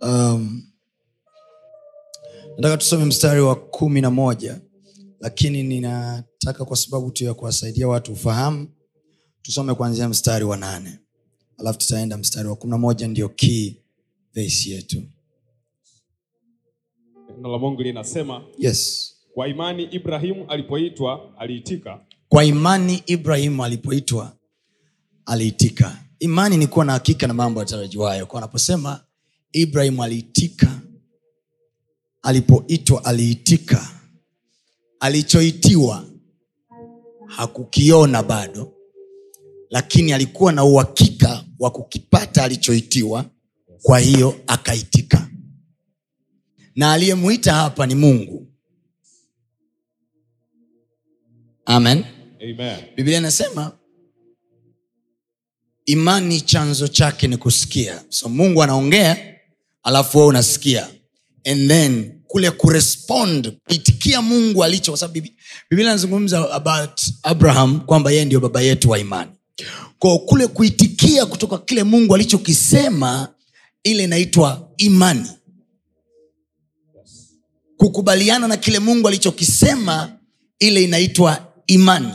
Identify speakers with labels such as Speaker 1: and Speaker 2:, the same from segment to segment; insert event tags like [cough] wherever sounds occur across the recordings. Speaker 1: um, nataka tusome mstari wa kumi na moja lakini ninataka kwa sababu tu ya kuwasaidia watu ufahamu tusome kuanzia mstari wa nane alafu tutaenda mstari wa kumi na moja ndio key verse yetu
Speaker 2: neno la mungu linasema
Speaker 1: yes
Speaker 2: kwa imani ibrahimu alipoitwa aliitika
Speaker 1: kwa imani ibrahimu alipoitwa aliitika imani ni kuwa na hakika na mambo yatarajiwayo kwa anaposema ibrahimu aliitika alipoitwa aliitika alichoitiwa hakukiona bado lakini alikuwa na uhakika wa kukipata alichoitiwa kwa hiyo akaitika na aliyemwita hapa ni mungu amen
Speaker 2: amen
Speaker 1: biblia inasema imani chanzo chake ni kusikia so mungu anaongea alafu wewe unasikia and then kule kurespond kuitikia mungu alicho kwa sababu Bibi- biblia inazungumza about abraham kwamba yeye ndio baba yetu wa imani kwao kule kuitikia kutoka kile mungu alichokisema ile inaitwa imani kukubaliana na kile mungu alichokisema ile inaitwa imani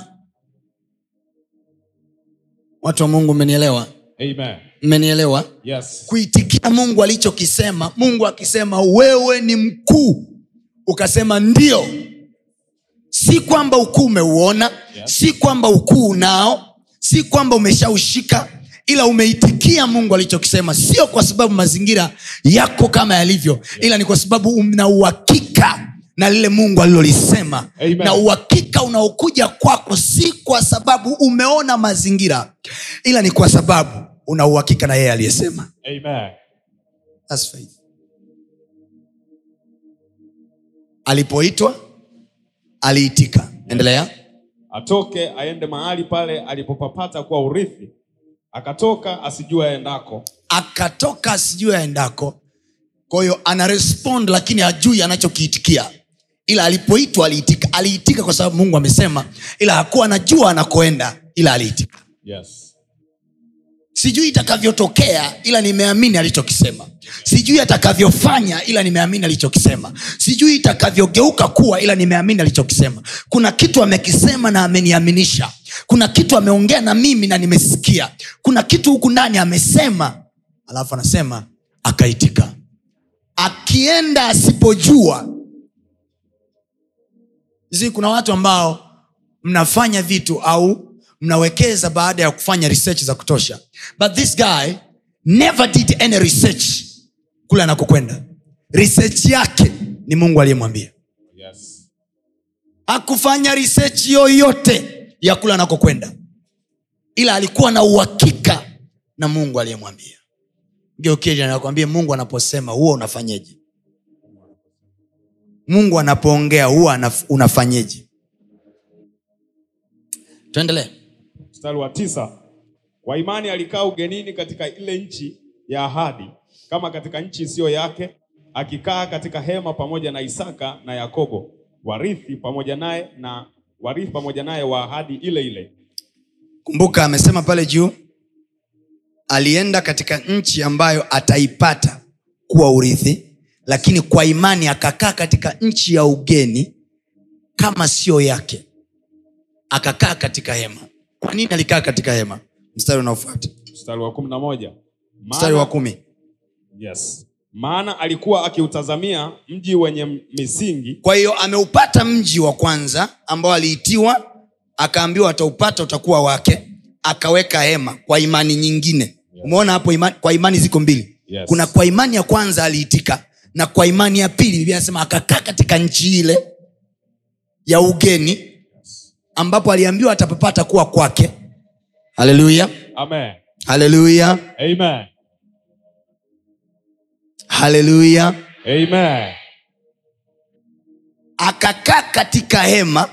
Speaker 1: watu wa mungu mmenielewa
Speaker 2: amen
Speaker 1: mmenielewa
Speaker 2: yes
Speaker 1: kuitikia mungu alichokisema mungu akisema wewe ni mkuu ukasema ndio si kwamba ukuu umeuona
Speaker 2: Yeah.
Speaker 1: si kwamba ukuu unao si kwamba umeshaushika ila umeitikia mungu alichokisema sio kwa sababu mazingira yako kama yalivyo ila ni kwa sababu una uhakika na lile mungu alilolisema
Speaker 2: Amen.
Speaker 1: na uhakika unaokuja kwako si kwa sababu umeona mazingira ila ni kwa sababu una uhakika na yeye aliyesema
Speaker 2: amen
Speaker 1: That's faith. alipoitwa aliitika endelea
Speaker 2: atoke aende mahali pale alipopapata kwa urithi akatoka asijue aendako
Speaker 1: akatoka sijui aendako kwa hiyo ana respond lakini hajui anachokiitikia ila alipoitwa aliitika aliitika kwa sababu mungu amesema ila hakuwa anajua anakoenda ila aliitika
Speaker 2: yes
Speaker 1: sijui itakavyotokea ila nimeamini alichokisema sijui atakavyofanya ila nimeamini alichokisema sijui itakavyogeuka kuwa ila nimeamini alichokisema kuna kitu amekisema na ameniaminisha kuna kitu ameongea na mimi na nimesikia kuna kitu huku ndani amesema alafu anasema akaitika akienda asipojua zi kuna watu ambao mnafanya vitu au mnawekeza baada ya kufanya research za kutosha but this guy never did any research kule anakokwenda research yake ni mungu aliyemwambia
Speaker 2: yes
Speaker 1: hakufanya research yoyote ya kule anakokwenda ila alikuwa na uhakika na mungu aliyemwambia geukiakwambia mungu anaposema huwa unafanyeje mungu anapoongea huwa anaf- unafanyeje tuendelee
Speaker 2: mstari wa tisa kwa imani alikaa ugenini katika ile nchi ya ahadi kama katika nchi isiyo yake akikaa katika hema pamoja na isaka na yakobo warithi pamoja naye na warithi pamoja naye wa ahadi ile ile
Speaker 1: kumbuka amesema pale juu alienda katika nchi ambayo ataipata kuwa urithi lakini kwa imani akakaa katika nchi ya ugeni kama siyo yake akakaa katika hema kwa nini alikaa katika hema mstari unaofuata
Speaker 2: mstari wa kumi na moja
Speaker 1: mstari wa kumi
Speaker 2: yes. maana alikuwa akiutazamia mji wenye m- misingi
Speaker 1: kwa hiyo ameupata mji wa kwanza ambao aliitiwa akaambiwa ataupata utakuwa wake akaweka hema kwa imani nyingine yes. umeona hapo imani, kwa imani ziko mbili
Speaker 2: Yes.
Speaker 1: kuna kwa imani ya kwanza aliitika na kwa imani ya pili biblia anasema akakaa katika nchi ile ya ugeni ambapo aliambiwa atapapata kuwa kwake haleluya
Speaker 2: amen
Speaker 1: haleluya
Speaker 2: amen
Speaker 1: haleluya
Speaker 2: Amen.
Speaker 1: akakaa katika hema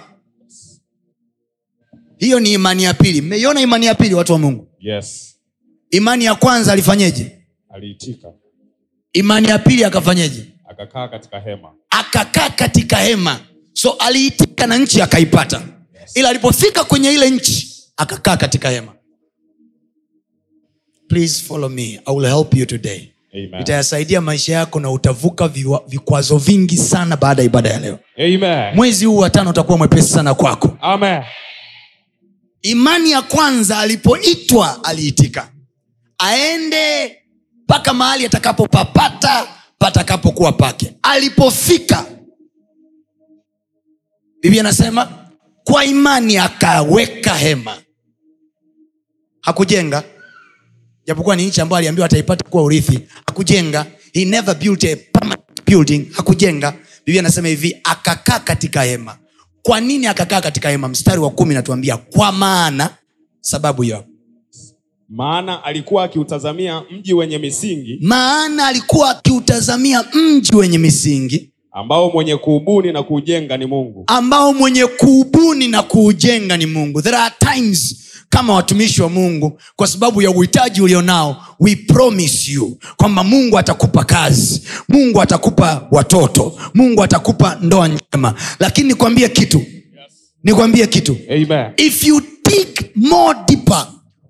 Speaker 1: hiyo ni imani ya pili mmeiona imani ya pili watu wa mungu
Speaker 2: Yes.
Speaker 1: imani ya kwanza alifanyeje
Speaker 2: Aliitika
Speaker 1: imani ya pili akafanyeje
Speaker 2: akakaa katika hema.
Speaker 1: akakaa katika hema so aliitika na nchi akaipata ila alipofika kwenye ile nchi akakaa katika hema please follow me i will help you today
Speaker 2: Amen.
Speaker 1: itayasaidia maisha yako na utavuka viwa- vikwazo vingi sana baada ya ibada ya leo
Speaker 2: Amen.
Speaker 1: mwezi huu wa tano utakuwa mwepesi sana kwako
Speaker 2: Amen.
Speaker 1: imani ya kwanza alipoitwa aliitika aende mpaka mahali atakapopapata patakapokuwa pake alipofika biblia anasema kwa imani akaweka hema hakujenga japokuwa ni nchi ambayo aliambiwa ataipata kuwa urithi hakujenga he never built a permanent building hakujenga biblia anasema hivi akakaa katika hema kwa nini akakaa katika hema mstari wa kumi natuambia kwa maana sababu hiyo
Speaker 2: Maana alikuwa akiutazamia mji wenye misingi
Speaker 1: maana alikuwa akiutazamia mji wenye misingi
Speaker 2: ambao mwenye kuubuni na kuujenga ni Mungu.
Speaker 1: ambao mwenye kuubuni na kuujenga ni mungu there are times kama watumishi wa mungu kwa sababu ya uhitaji ulionao we promise you kwamba mungu atakupa kazi mungu atakupa watoto mungu atakupa ndoa njema lakini nikwambie kitu nikwambie kitu
Speaker 2: Amen.
Speaker 1: if you dig more deeper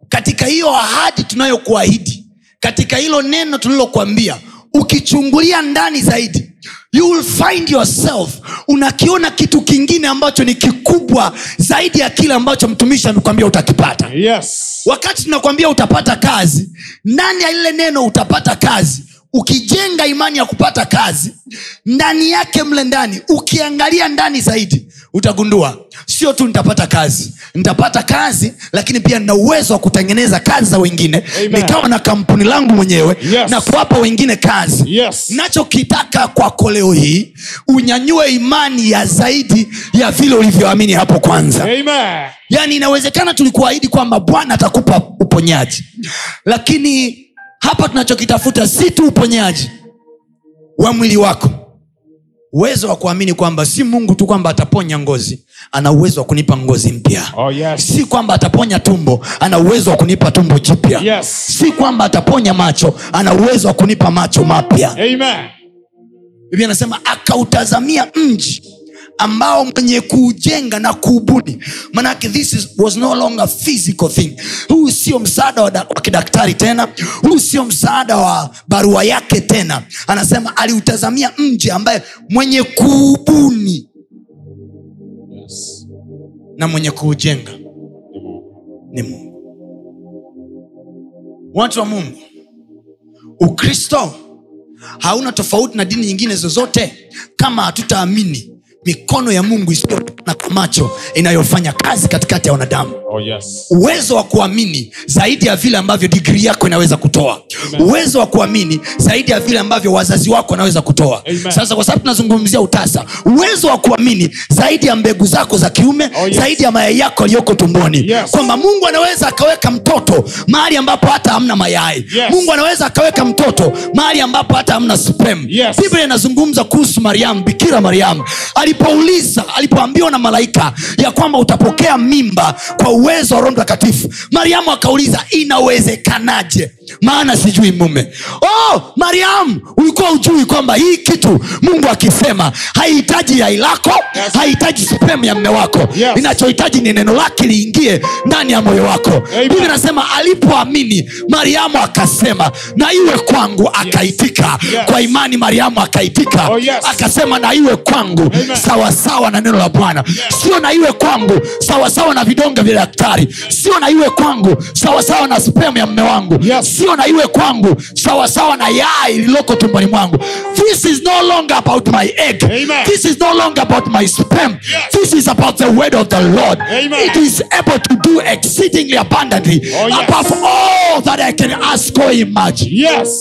Speaker 1: katika hiyo ahadi tunayokuahidi katika hilo neno tulilokuambia ukichungulia ndani zaidi you will find yourself unakiona kitu kingine ambacho ni kikubwa zaidi ya kile ambacho mtumishi amekwambia utakipata
Speaker 2: Yes.
Speaker 1: wakati tunakwambia utapata kazi ndani ya lile neno utapata kazi ukijenga imani ya kupata kazi ndani yake mle ndani ukiangalia ndani zaidi utagundua sio tu nitapata kazi nitapata kazi lakini pia nina uwezo wa kutengeneza kazi za wengine
Speaker 2: Amen.
Speaker 1: nikawa na kampuni langu mwenyewe
Speaker 2: Yes.
Speaker 1: na kuwapa wengine kazi
Speaker 2: Yes.
Speaker 1: nachokitaka kwako leo hii unyanyue imani ya zaidi ya vile ulivyoamini hapo kwanza
Speaker 2: Amen.
Speaker 1: yaani inawezekana tulikuahidi kwamba bwana atakupa uponyaji lakini hapa tunachokitafuta si tu uponyaji wa mwili wako uwezo wa kuamini kwamba si mungu tu kwamba ataponya ngozi ana uwezo wa kunipa ngozi mpya
Speaker 2: Oh yes.
Speaker 1: si kwamba ataponya tumbo ana uwezo wa kunipa tumbo jipya
Speaker 2: Yes.
Speaker 1: si kwamba ataponya macho ana uwezo wa kunipa macho mapya
Speaker 2: Amen.
Speaker 1: biblia anasema akautazamia mji ambao mwenye kuujenga na kuubuni manake this is, was no longer physical thing huu sio msaada wa, da- wa kidaktari tena huu sio msaada wa barua yake tena anasema aliutazamia mji ambaye mwenye kuubuni
Speaker 2: Yes.
Speaker 1: na mwenye kuujenga
Speaker 2: Ni Mungu.
Speaker 1: ni mungu watu wa mungu ukristo hauna tofauti na dini nyingine zozote kama hatutaamini mikono ya mungu isiyoonekana kwa macho inayofanya kazi katikati ya wanadamu
Speaker 2: Oh yes.
Speaker 1: uwezo wa kuamini zaidi ya vile ambavyo digrii yako inaweza kutoa uwezo wa kuamini zaidi ya vile ambavyo wazazi wako wanaweza kutoa
Speaker 2: Amen.
Speaker 1: sasa kwa sababu tunazungumzia utasa uwezo wa kuamini zaidi ya mbegu zako za kiume
Speaker 2: Oh, yes.
Speaker 1: zaidi ya mayai yako yaliyoko tumboni
Speaker 2: Yes.
Speaker 1: kwamba mungu anaweza akaweka mtoto mahali ambapo hata hamna mayai
Speaker 2: Yes.
Speaker 1: mungu anaweza akaweka mtoto mahali ambapo hata hamna sperm
Speaker 2: Yes.
Speaker 1: biblia inazungumza kuhusu mariamu bikira mariamu alipouliza alipoambiwa na malaika ya kwamba utapokea mimba kwa uwezo wa roho mtakatifu mariamu akauliza inawezekanaje maana sijui mume oh, mariamu ulikuwa ujui kwamba hii kitu mungu akisema haihitaji yai lako
Speaker 2: Yes.
Speaker 1: haihitaji sehemu ya mme wako
Speaker 2: Yes.
Speaker 1: inachohitaji ni neno lake liingie ndani ya moyo wako
Speaker 2: Amen.
Speaker 1: biblia inasema alipoamini mariamu akasema na iwe kwangu akaitika
Speaker 2: Yes.
Speaker 1: kwa imani mariamu akaitika
Speaker 2: Oh, yes.
Speaker 1: akasema na iwe kwangu
Speaker 2: Amen.
Speaker 1: sawasawa na neno la bwana sio na iwe kwangu sawasawa na vidonge vya daktari sio na iwe kwangu sawasawa na spemu ya mme wangu
Speaker 2: Yes.
Speaker 1: sio na iwe kwangu sawasawa na yai lililoko tumboni mwangu this is no longer about my egg
Speaker 2: Amen.
Speaker 1: this is no longer about my sperm
Speaker 2: Yes.
Speaker 1: this is about the word of the lord
Speaker 2: Amen.
Speaker 1: it is able to do exceedingly abundantly
Speaker 2: Oh, yes.
Speaker 1: above all that i can ask or imagine
Speaker 2: Yes.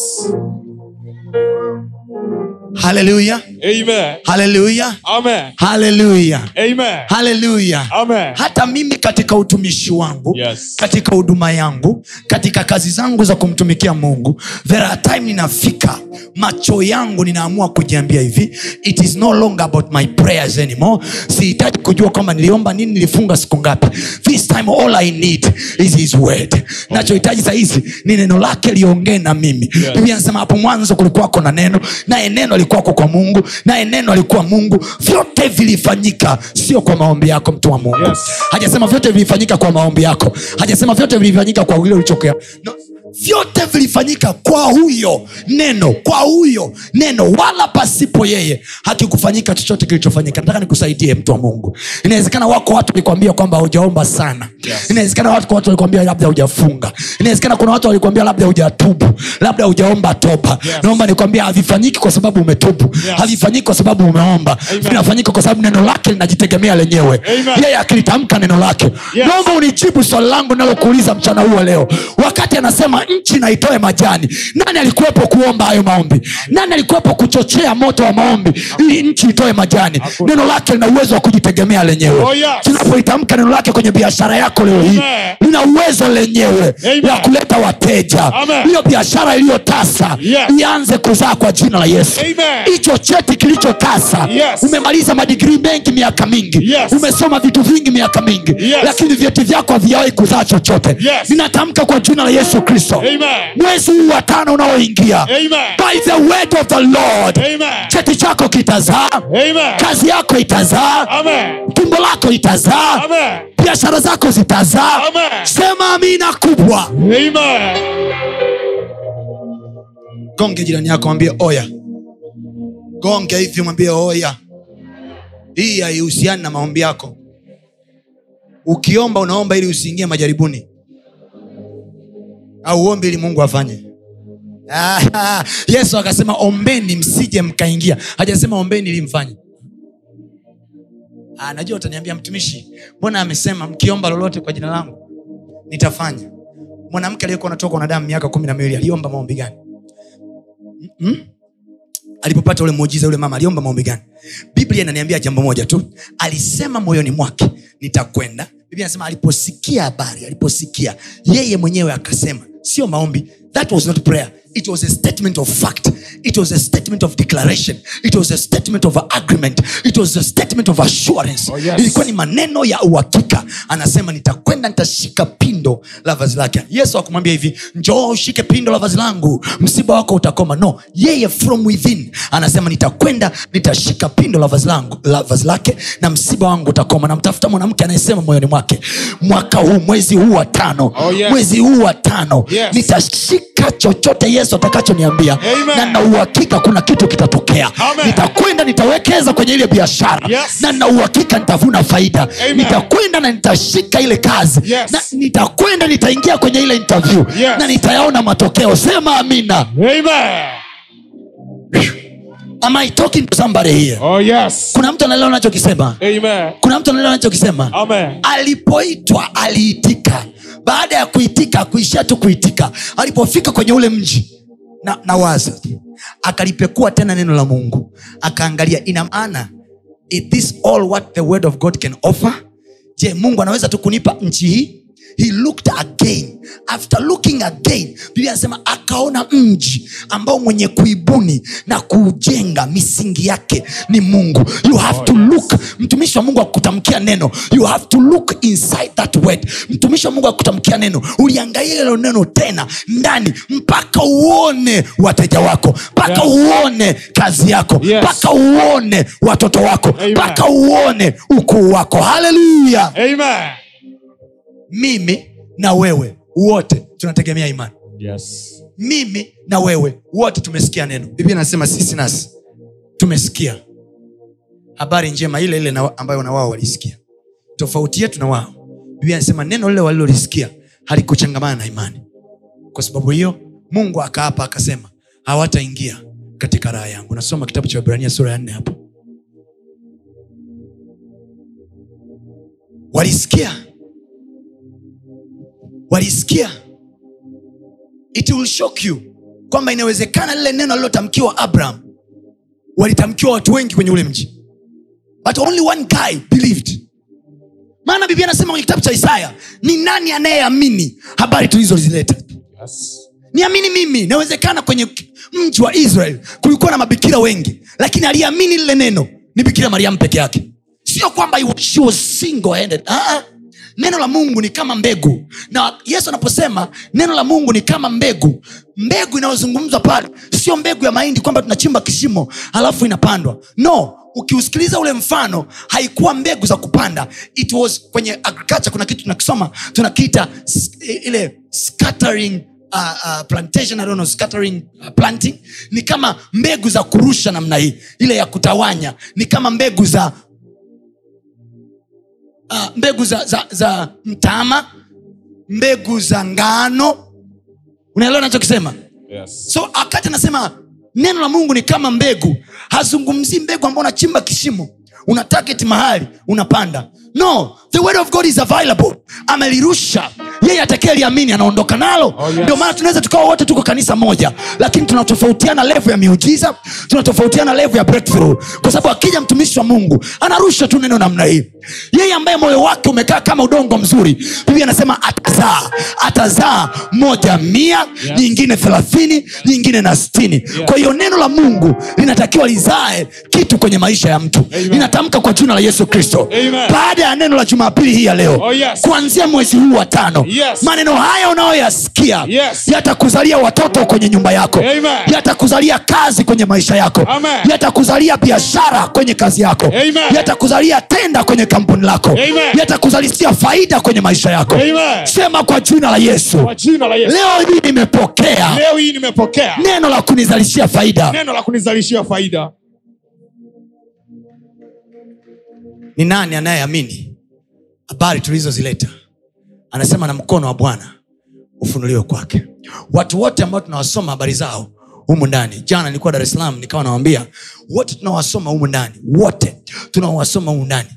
Speaker 1: haleluya
Speaker 2: Amen.
Speaker 1: haleluya
Speaker 2: Amen.
Speaker 1: haleluya
Speaker 2: Amen.
Speaker 1: haleluya
Speaker 2: Amen.
Speaker 1: hata mimi katika utumishi wangu
Speaker 2: Yes.
Speaker 1: katika huduma yangu katika kazi zangu za kumtumikia mungu there are time ninafika macho yangu ninaamua kujiambia hivi it is no longer about my prayers anymore sihitaji kujua kwamba niliomba nini nilifunga siku ngapi this time all i need is his word nachohitaji sahizi ni neno lake liongee na mimi
Speaker 2: Yes.
Speaker 1: biblia anasema hapo mwanzo kulikuwako na neno naye neno alikuwako kwa mungu naye neno alikuwa mungu vyote vilifanyika sio kwa maombi yako mtu wa mungu
Speaker 2: Yes.
Speaker 1: hajasema vyote vilifanyika kwa maombi yako hajasema vyote vilifanyika kwa ile ulichokea no. vyote vilifanyika kwa huyo neno kwa huyo neno wala pasipo yeye hakikufanyika chochote kilichofanyika nataka nikusaidie mtu wa mungu inawezekana wako watu walikwambia kwamba hujaomba sana
Speaker 2: Yes.
Speaker 1: inawezekana wako watu walikwambia labda hujafunga inawezekana kuna watu walikwambia labda hujatubu labda hujaomba toba
Speaker 2: Yes.
Speaker 1: naomba nikwambia havifanyiki kwa sababu umetubu
Speaker 2: Yes.
Speaker 1: havifanyiki kwa sababu umeomba
Speaker 2: Amen.
Speaker 1: vinafanyika kwa sababu neno lake linajitegemea lenyewe
Speaker 2: Amen.
Speaker 1: yeye akilitamka neno lake
Speaker 2: Yes.
Speaker 1: naomba unijibu swali langu nalokuuliza mchana huu wa leo wakati anasema nchi naitoe majani nani alikuwepo kuomba hayo maombi nani alikuwepo kuchochea moto wa maombi ili nchi itoe majani
Speaker 2: Hakuna.
Speaker 1: neno lake lina uwezo wa kujitegemea lenyewe
Speaker 2: Oh, yes.
Speaker 1: tunapoitamka neno lake kwenye biashara yako leo hii
Speaker 2: Amen.
Speaker 1: lina uwezo lenyewe
Speaker 2: Amen.
Speaker 1: ya kuleta wateja
Speaker 2: Amen.
Speaker 1: hiyo biashara iliyotasa
Speaker 2: Yes.
Speaker 1: ianze kuzaa kwa jina la yesu
Speaker 2: Amen.
Speaker 1: hicho cheti kilichotasa
Speaker 2: Yes.
Speaker 1: umemaliza madigrii mengi miaka mingi
Speaker 2: Yes.
Speaker 1: umesoma vitu vingi miaka mingi
Speaker 2: Yes.
Speaker 1: lakini vyeti vyako havijawahi kuzaa chochote
Speaker 2: Yes.
Speaker 1: ninatamka kwa jina la yesu kristo
Speaker 2: Amen.
Speaker 1: mwezi huu wa tano unaoingia
Speaker 2: Amen.
Speaker 1: by the word of the lord
Speaker 2: Amen.
Speaker 1: cheti chako kitazaa
Speaker 2: Amen.
Speaker 1: kazi yako itazaa
Speaker 2: Amen.
Speaker 1: tumbo lako itazaa
Speaker 2: Amen.
Speaker 1: biashara zako zitazaa
Speaker 2: Amen.
Speaker 1: sema amina kubwa
Speaker 2: Amen.
Speaker 1: gonge jirani yako mwambie oya gonge hivi mwambie oya hii haihusiani na maombi yako ukiomba unaomba ili usiingie majaribuni au uombe ili mungu afanye [laughs] Ah, yesu akasema ombeni msije mkaingia hajasema ombeni ili mfanye Ah, najua utaniambia mtumishi mbona amesema mkiomba lolote kwa jina langu nitafanya mwanamke aliyekuwa anatoka wanadamu miaka kumi na miwili aliomba maombi gani mm? alipopata ule muujiza yule mama aliomba maombi gani biblia inaniambia jambo moja tu alisema moyoni mwake nitakwenda biblia anasema aliposikia habari aliposikia yeye mwenyewe akasema sio maombi that was not prayer it was a statement of fact it was a statement of declaration it was a statement of agreement it was a statement of assurance
Speaker 2: Oh, yes.
Speaker 1: ilikuwa ni maneno ya uhakika anasema nitakwenda nitashika pindo la vazi lake yesu akumwambia hivi njoo ushike pindo la vazi langu msiba wako utakoma no yeye from within anasema nitakwenda nitashika pindo la vazi, langu, la vazi lake na msiba wangu utakoma namtafuta mwanamke anayesema moyoni mwake mwaka huu mwezi huu wa tano
Speaker 2: Oh, yes.
Speaker 1: mwezi huu wa tano
Speaker 2: Yes.
Speaker 1: nitashika chochote yesu atakachoniambia
Speaker 2: Amen.
Speaker 1: na na uhakika kuna kitu kitatokea
Speaker 2: Amen.
Speaker 1: nitakwenda nitawekeza kwenye ile biashara
Speaker 2: Yes.
Speaker 1: na na uhakika nitavuna faida
Speaker 2: Amen.
Speaker 1: nitakwenda na nitashika ile kazi
Speaker 2: Yes.
Speaker 1: na nitakwenda nitaingia kwenye ile interview
Speaker 2: Yes.
Speaker 1: na nitayaona matokeo sema amina
Speaker 2: Amen.
Speaker 1: am i talking to somebody here
Speaker 2: Oh yes.
Speaker 1: kuna mtu anaelewa anachokisema
Speaker 2: Amen.
Speaker 1: kuna mtu anaelewa anachokisema
Speaker 2: Amen.
Speaker 1: alipoitwa aliitika baada ya kuitika kuishia tu kuitika alipofika kwenye ule mji na, na waza akalipekua tena neno la mungu akaangalia ina maana is this all what the word of god can offer je mungu anaweza tu kunipa nchi hii he looked again after looking again biblia anasema akaona mji ambao mwenye kuibuni na kuujenga misingi yake ni mungu you have
Speaker 2: Oh,
Speaker 1: to look mtumishi wa mungu akutamkia neno you have to look inside that word mtumishi wa mungu akutamkia neno uliangalia hilo neno tena ndani mpaka uone wateja wako mpaka
Speaker 2: Yes.
Speaker 1: uone kazi yako
Speaker 2: Yes.
Speaker 1: mpaka uone watoto wako
Speaker 2: Amen.
Speaker 1: mpaka uone ukuu wako haleluya
Speaker 2: Amen.
Speaker 1: mimi na wewe wote tunategemea imani
Speaker 2: Yes.
Speaker 1: mimi na wewe wote tumesikia neno biblia anasema sisi nasi tumesikia habari njema ile ile na, ambayo na wao walisikia tofauti yetu na wao biblia anasema neno lile walilolisikia halikuchangamana na imani kwa sababu hiyo mungu akaapa akasema hawataingia katika raha yangu nasoma kitabu cha ibrania sura ya nne hapo walisikia walisikia it will shock you kwamba inawezekana lile neno alilotamkiwa abraham walitamkiwa watu wengi kwenye ule mji but only one guy believed maana biblia anasema kwenye kitabu cha isaya ni nani anayeamini habari tulizozileta
Speaker 2: yes.
Speaker 1: niamini mimi inawezekana kwenye mji wa israel kulikuwa na mabikira wengi lakini aliyeamini lile neno ni bikira mariamu peke yake sio kwamba he was- she was single-handed. Ah, ah. neno la mungu ni kama mbegu na yesu anaposema neno la mungu ni kama mbegu mbegu inayozungumzwa pale sio mbegu ya mahindi kwamba tunachimba kishimo halafu inapandwa no ukiusikiliza ule mfano haikuwa mbegu za kupanda it was kwenye agriculture kuna kitu tunakisoma tunakiita s- ile scattering uh, uh, plantation I don't know, scattering uh, planting ni kama mbegu za kurusha namna hii ile ya kutawanya ni kama mbegu za uh, mbegu za, za, za mtama mbegu za ngano unaelewa nachokisema
Speaker 2: Yes.
Speaker 1: so wakati anasema neno la mungu ni kama mbegu hazungumzii mbegu ambao unachimba kishimo una target mahali unapanda no the word of god is available amelirusha yeye atakayeliamini anaondoka nalo
Speaker 2: Oh, yes.
Speaker 1: ndio maana tunaweza tukawa wote tuko kanisa moja lakini tunatofautiana levu ya miujiza tunatofautiana levu ya breakthrough kwa sababu akija mtumishi wa mungu anarusha tu neno namna hii yeye ambaye moyo wake umekaa kama udongo mzuri biblia anasema atazaa atazaa moja mia
Speaker 2: Yes.
Speaker 1: nyingine nyingine thelathini nyingine na stini kwa hiyo neno la mungu linatakiwa lizae kitu kwenye maisha ya mtu
Speaker 2: Amen.
Speaker 1: ninatamka kwa jina la yesu kristo
Speaker 2: Amen.
Speaker 1: baada ya neno la jumapili hii ya leo
Speaker 2: Oh, yes.
Speaker 1: kuanzia mwezi huu wa tano
Speaker 2: Yes.
Speaker 1: maneno haya unayoyasikia
Speaker 2: Yes.
Speaker 1: yatakuzalia watoto kwenye nyumba yako
Speaker 2: Amen.
Speaker 1: yatakuzalia kazi kwenye maisha yako
Speaker 2: Amen.
Speaker 1: yatakuzalia biashara kwenye kazi yako
Speaker 2: Amen.
Speaker 1: yatakuzalia tenda kkwenye kampuni lako
Speaker 2: Amen.
Speaker 1: yatakuzalisia faida kwenye maisha yako
Speaker 2: Amen.
Speaker 1: sema kwa jina la yesu
Speaker 2: Kwa jina la Yesu.
Speaker 1: leo hii nimepokea
Speaker 2: Leo hii nimepokea
Speaker 1: neno la kunizalishia faida
Speaker 2: neno la kunizalishia faida.
Speaker 1: ni nani anayeamini habari tulizozileta anasema na mkono wa bwana ufunuliwe kwake watu wote ambao tunawasoma habari zao humu ndani jana nilikuwa dar es salaam nikawa nawambia wote tunawasoma humu ndani wote tunawasoma humu ndani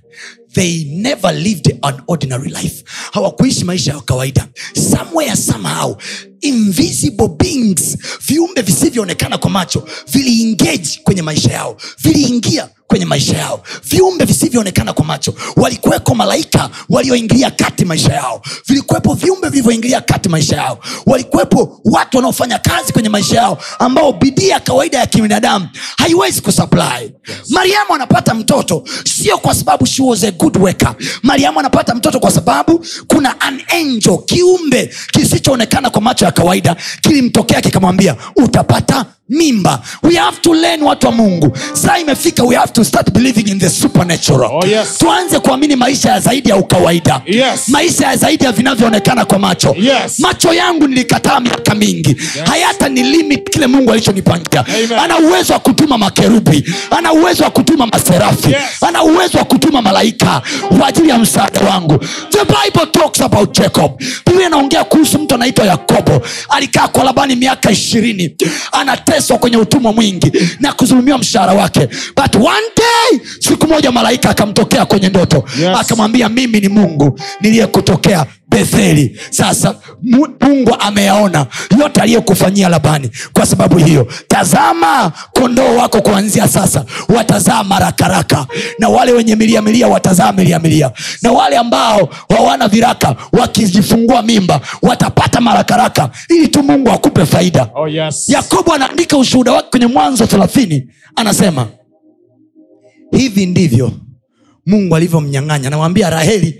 Speaker 1: they never lived an ordinary life hawakuishi maisha ya kawaida somewhere somehow invisible beings viumbe visivyoonekana kwa macho viliengage kwenye maisha yao viliingia kwenye maisha yao viumbe visivyoonekana kwa macho walikuweko malaika walioingilia kati maisha yao vilikuwepo viumbe vilivyoingilia kati maisha yao walikuwepo watu wanaofanya kazi kwenye maisha yao ambao bidii ya kawaida ya kibinadamu haiwezi kusupply mariamu anapata mtoto sio kwa sababu she was a good worker mariamu anapata mtoto kwa sababu kuna an angel kiumbe kisichoonekana kwa macho ya kawaida kilimtokea kikamwambia utapata mimba we have to learn watu wa mungu saa imefika we have to start believing in the supernatural
Speaker 2: Oh, yes.
Speaker 1: tuanze kuamini maisha ya zaidi ya ukawaida
Speaker 2: Yes.
Speaker 1: maisha ya zaidi ya vinavyoonekana kwa macho
Speaker 2: Yes.
Speaker 1: macho yangu nilikataa miaka mingi hayata ni limit kile mungu alichonipangia
Speaker 2: Amen.
Speaker 1: ana uwezo wa kutuma makerubi ana uwezo wa kutuma maserafi
Speaker 2: Yes.
Speaker 1: ana uwezo wa kutuma malaika kwa ajili ya msaada wangu the bible talks about jacob biblia inaongea kuhusu mtu anaitwa yakobo alikaa kwa labani miaka ishirini anateswa kwenye utumwa mwingi na kudhulumiwa mshahara wake but one day siku moja malaika akamtokea kwenye ndoto
Speaker 2: Yes.
Speaker 1: akamwambia mimi ni mungu niliyekutokea betheli sasa Mu- mungu ameyaona yote aliyokufanyia labani kwa sababu hiyo tazama kondoo wako kuanzia sasa watazaa marakaraka na wale wenye miliamilia watazaa miliamilia na wale ambao hawana viraka wakijifungua mimba watapata marakaraka ili tu mungu akupe faida
Speaker 2: Oh, yes.
Speaker 1: yakobo anaandika ushuhuda wake kwenye mwanzo thelathini anasema hivi ndivyo mungu alivyomnyang'anya anawambia raheli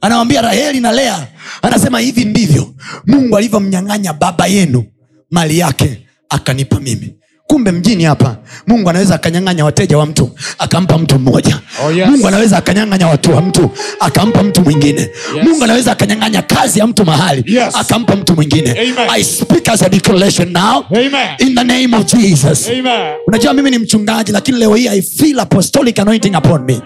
Speaker 1: anawambia raheli na lea anasema hivi ndivyo mungu alivyomnyang'anya baba yenu mali yake akanipa mimi kumbe mjini hapa mungu anaweza akanyang'anya wateja wa mtu akampa mtu mmoja
Speaker 2: Oh, yes.
Speaker 1: mungu anaweza akanyang'anya watu wa mtu akampa mtu mwingine yes. mungu anaweza akanyang'anya kazi ya mtu mahali
Speaker 2: Yes.
Speaker 1: akampa mtu mwingine
Speaker 2: Amen.
Speaker 1: I speak as a declaration now
Speaker 2: Amen.
Speaker 1: in the name of jesus
Speaker 2: Amen.
Speaker 1: unajua mimi ni mchungaji lakini leo hii i feel apostolic anointing upon me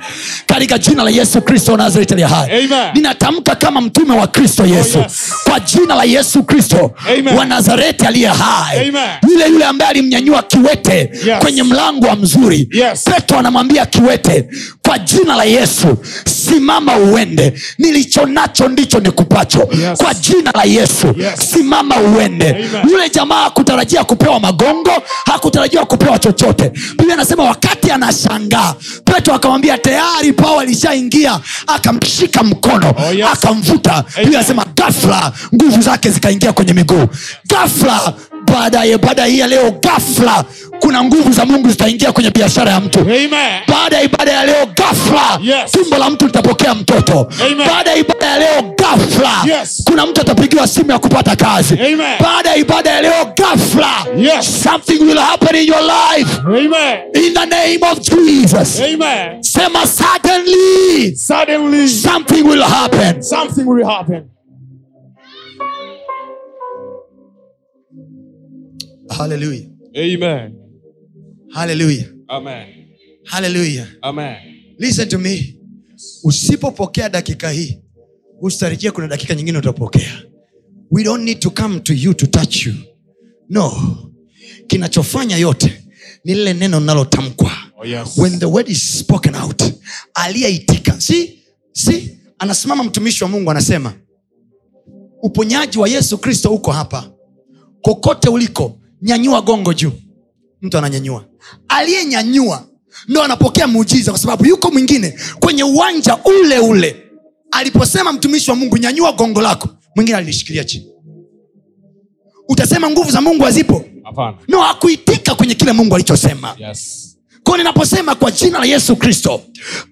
Speaker 1: katika jina la yesu kristo wa nazareti aliye hai
Speaker 2: Amen.
Speaker 1: ninatamka kama mtume wa kristo yesu
Speaker 2: Oh, yes.
Speaker 1: kwa jina la yesu kristo
Speaker 2: Amen.
Speaker 1: wa nazareti aliye hai
Speaker 2: Amen.
Speaker 1: yule yule ambaye alimnyanyua kiwete
Speaker 2: Yes.
Speaker 1: kwenye mlango wa mzuri
Speaker 2: Yes.
Speaker 1: petro anamwambia kiwete kwa jina la yesu simama uende nilicho nacho ndicho nikupacho
Speaker 2: Yes.
Speaker 1: kwa jina la yesu
Speaker 2: Yes.
Speaker 1: simama uende
Speaker 2: Amen.
Speaker 1: yule jamaa hakutarajia kupewa magongo hakutarajia kupewa chochote biblia anasema wakati anashangaa petro akamwambia tayari pao alishaingia akamshika mkono
Speaker 2: Oh, yes.
Speaker 1: akamvuta biblia anasema gafla nguvu zake zikaingia kwenye miguu gafla baadaye baada ya hii ya leo gafla kuna nguvu za mungu zitaingia kwenye biashara ya mtu
Speaker 2: Amen.
Speaker 1: baada ya ibada ya leo gafla
Speaker 2: Yes.
Speaker 1: tumbo la mtu litapokea mtoto
Speaker 2: Amen.
Speaker 1: baada ya ibada ya leo gafla
Speaker 2: Yes.
Speaker 1: kuna mtu atapigiwa simu ya kupata kazi
Speaker 2: Amen.
Speaker 1: baada ya ibada ya leo gafla
Speaker 2: Yes.
Speaker 1: something will happen in your life
Speaker 2: Amen.
Speaker 1: in the name of jesus
Speaker 2: Amen.
Speaker 1: sema suddenly
Speaker 2: Suddenly
Speaker 1: something will happen
Speaker 2: something will happen.
Speaker 1: hallelujah
Speaker 2: Amen.
Speaker 1: hallelujah
Speaker 2: Amen.
Speaker 1: hallelujah
Speaker 2: Amen.
Speaker 1: listen to me usipopokea dakika hii usitarajia kuna dakika nyingine utapokea we don't need to come to you to touch you no kinachofanya yote ni lile neno linalotamkwa
Speaker 2: Oh, yes.
Speaker 1: when the word is spoken out aliyeitika si si anasimama mtumishi wa mungu anasema uponyaji wa yesu kristo uko hapa kokote uliko nyanyua gongo juu mtu ananyanyua aliyenyanyua ndo anapokea muujiza kwa sababu yuko mwingine kwenye uwanja ule ule aliposema mtumishi wa mungu nyanyua gongo lako mwingine alilishikilia chini utasema nguvu za mungu hazipo
Speaker 2: Hapana.
Speaker 1: no hakuitika kwenye kile mungu alichosema
Speaker 2: Yes.
Speaker 1: kwao ninaposema kwa jina la yesu kristo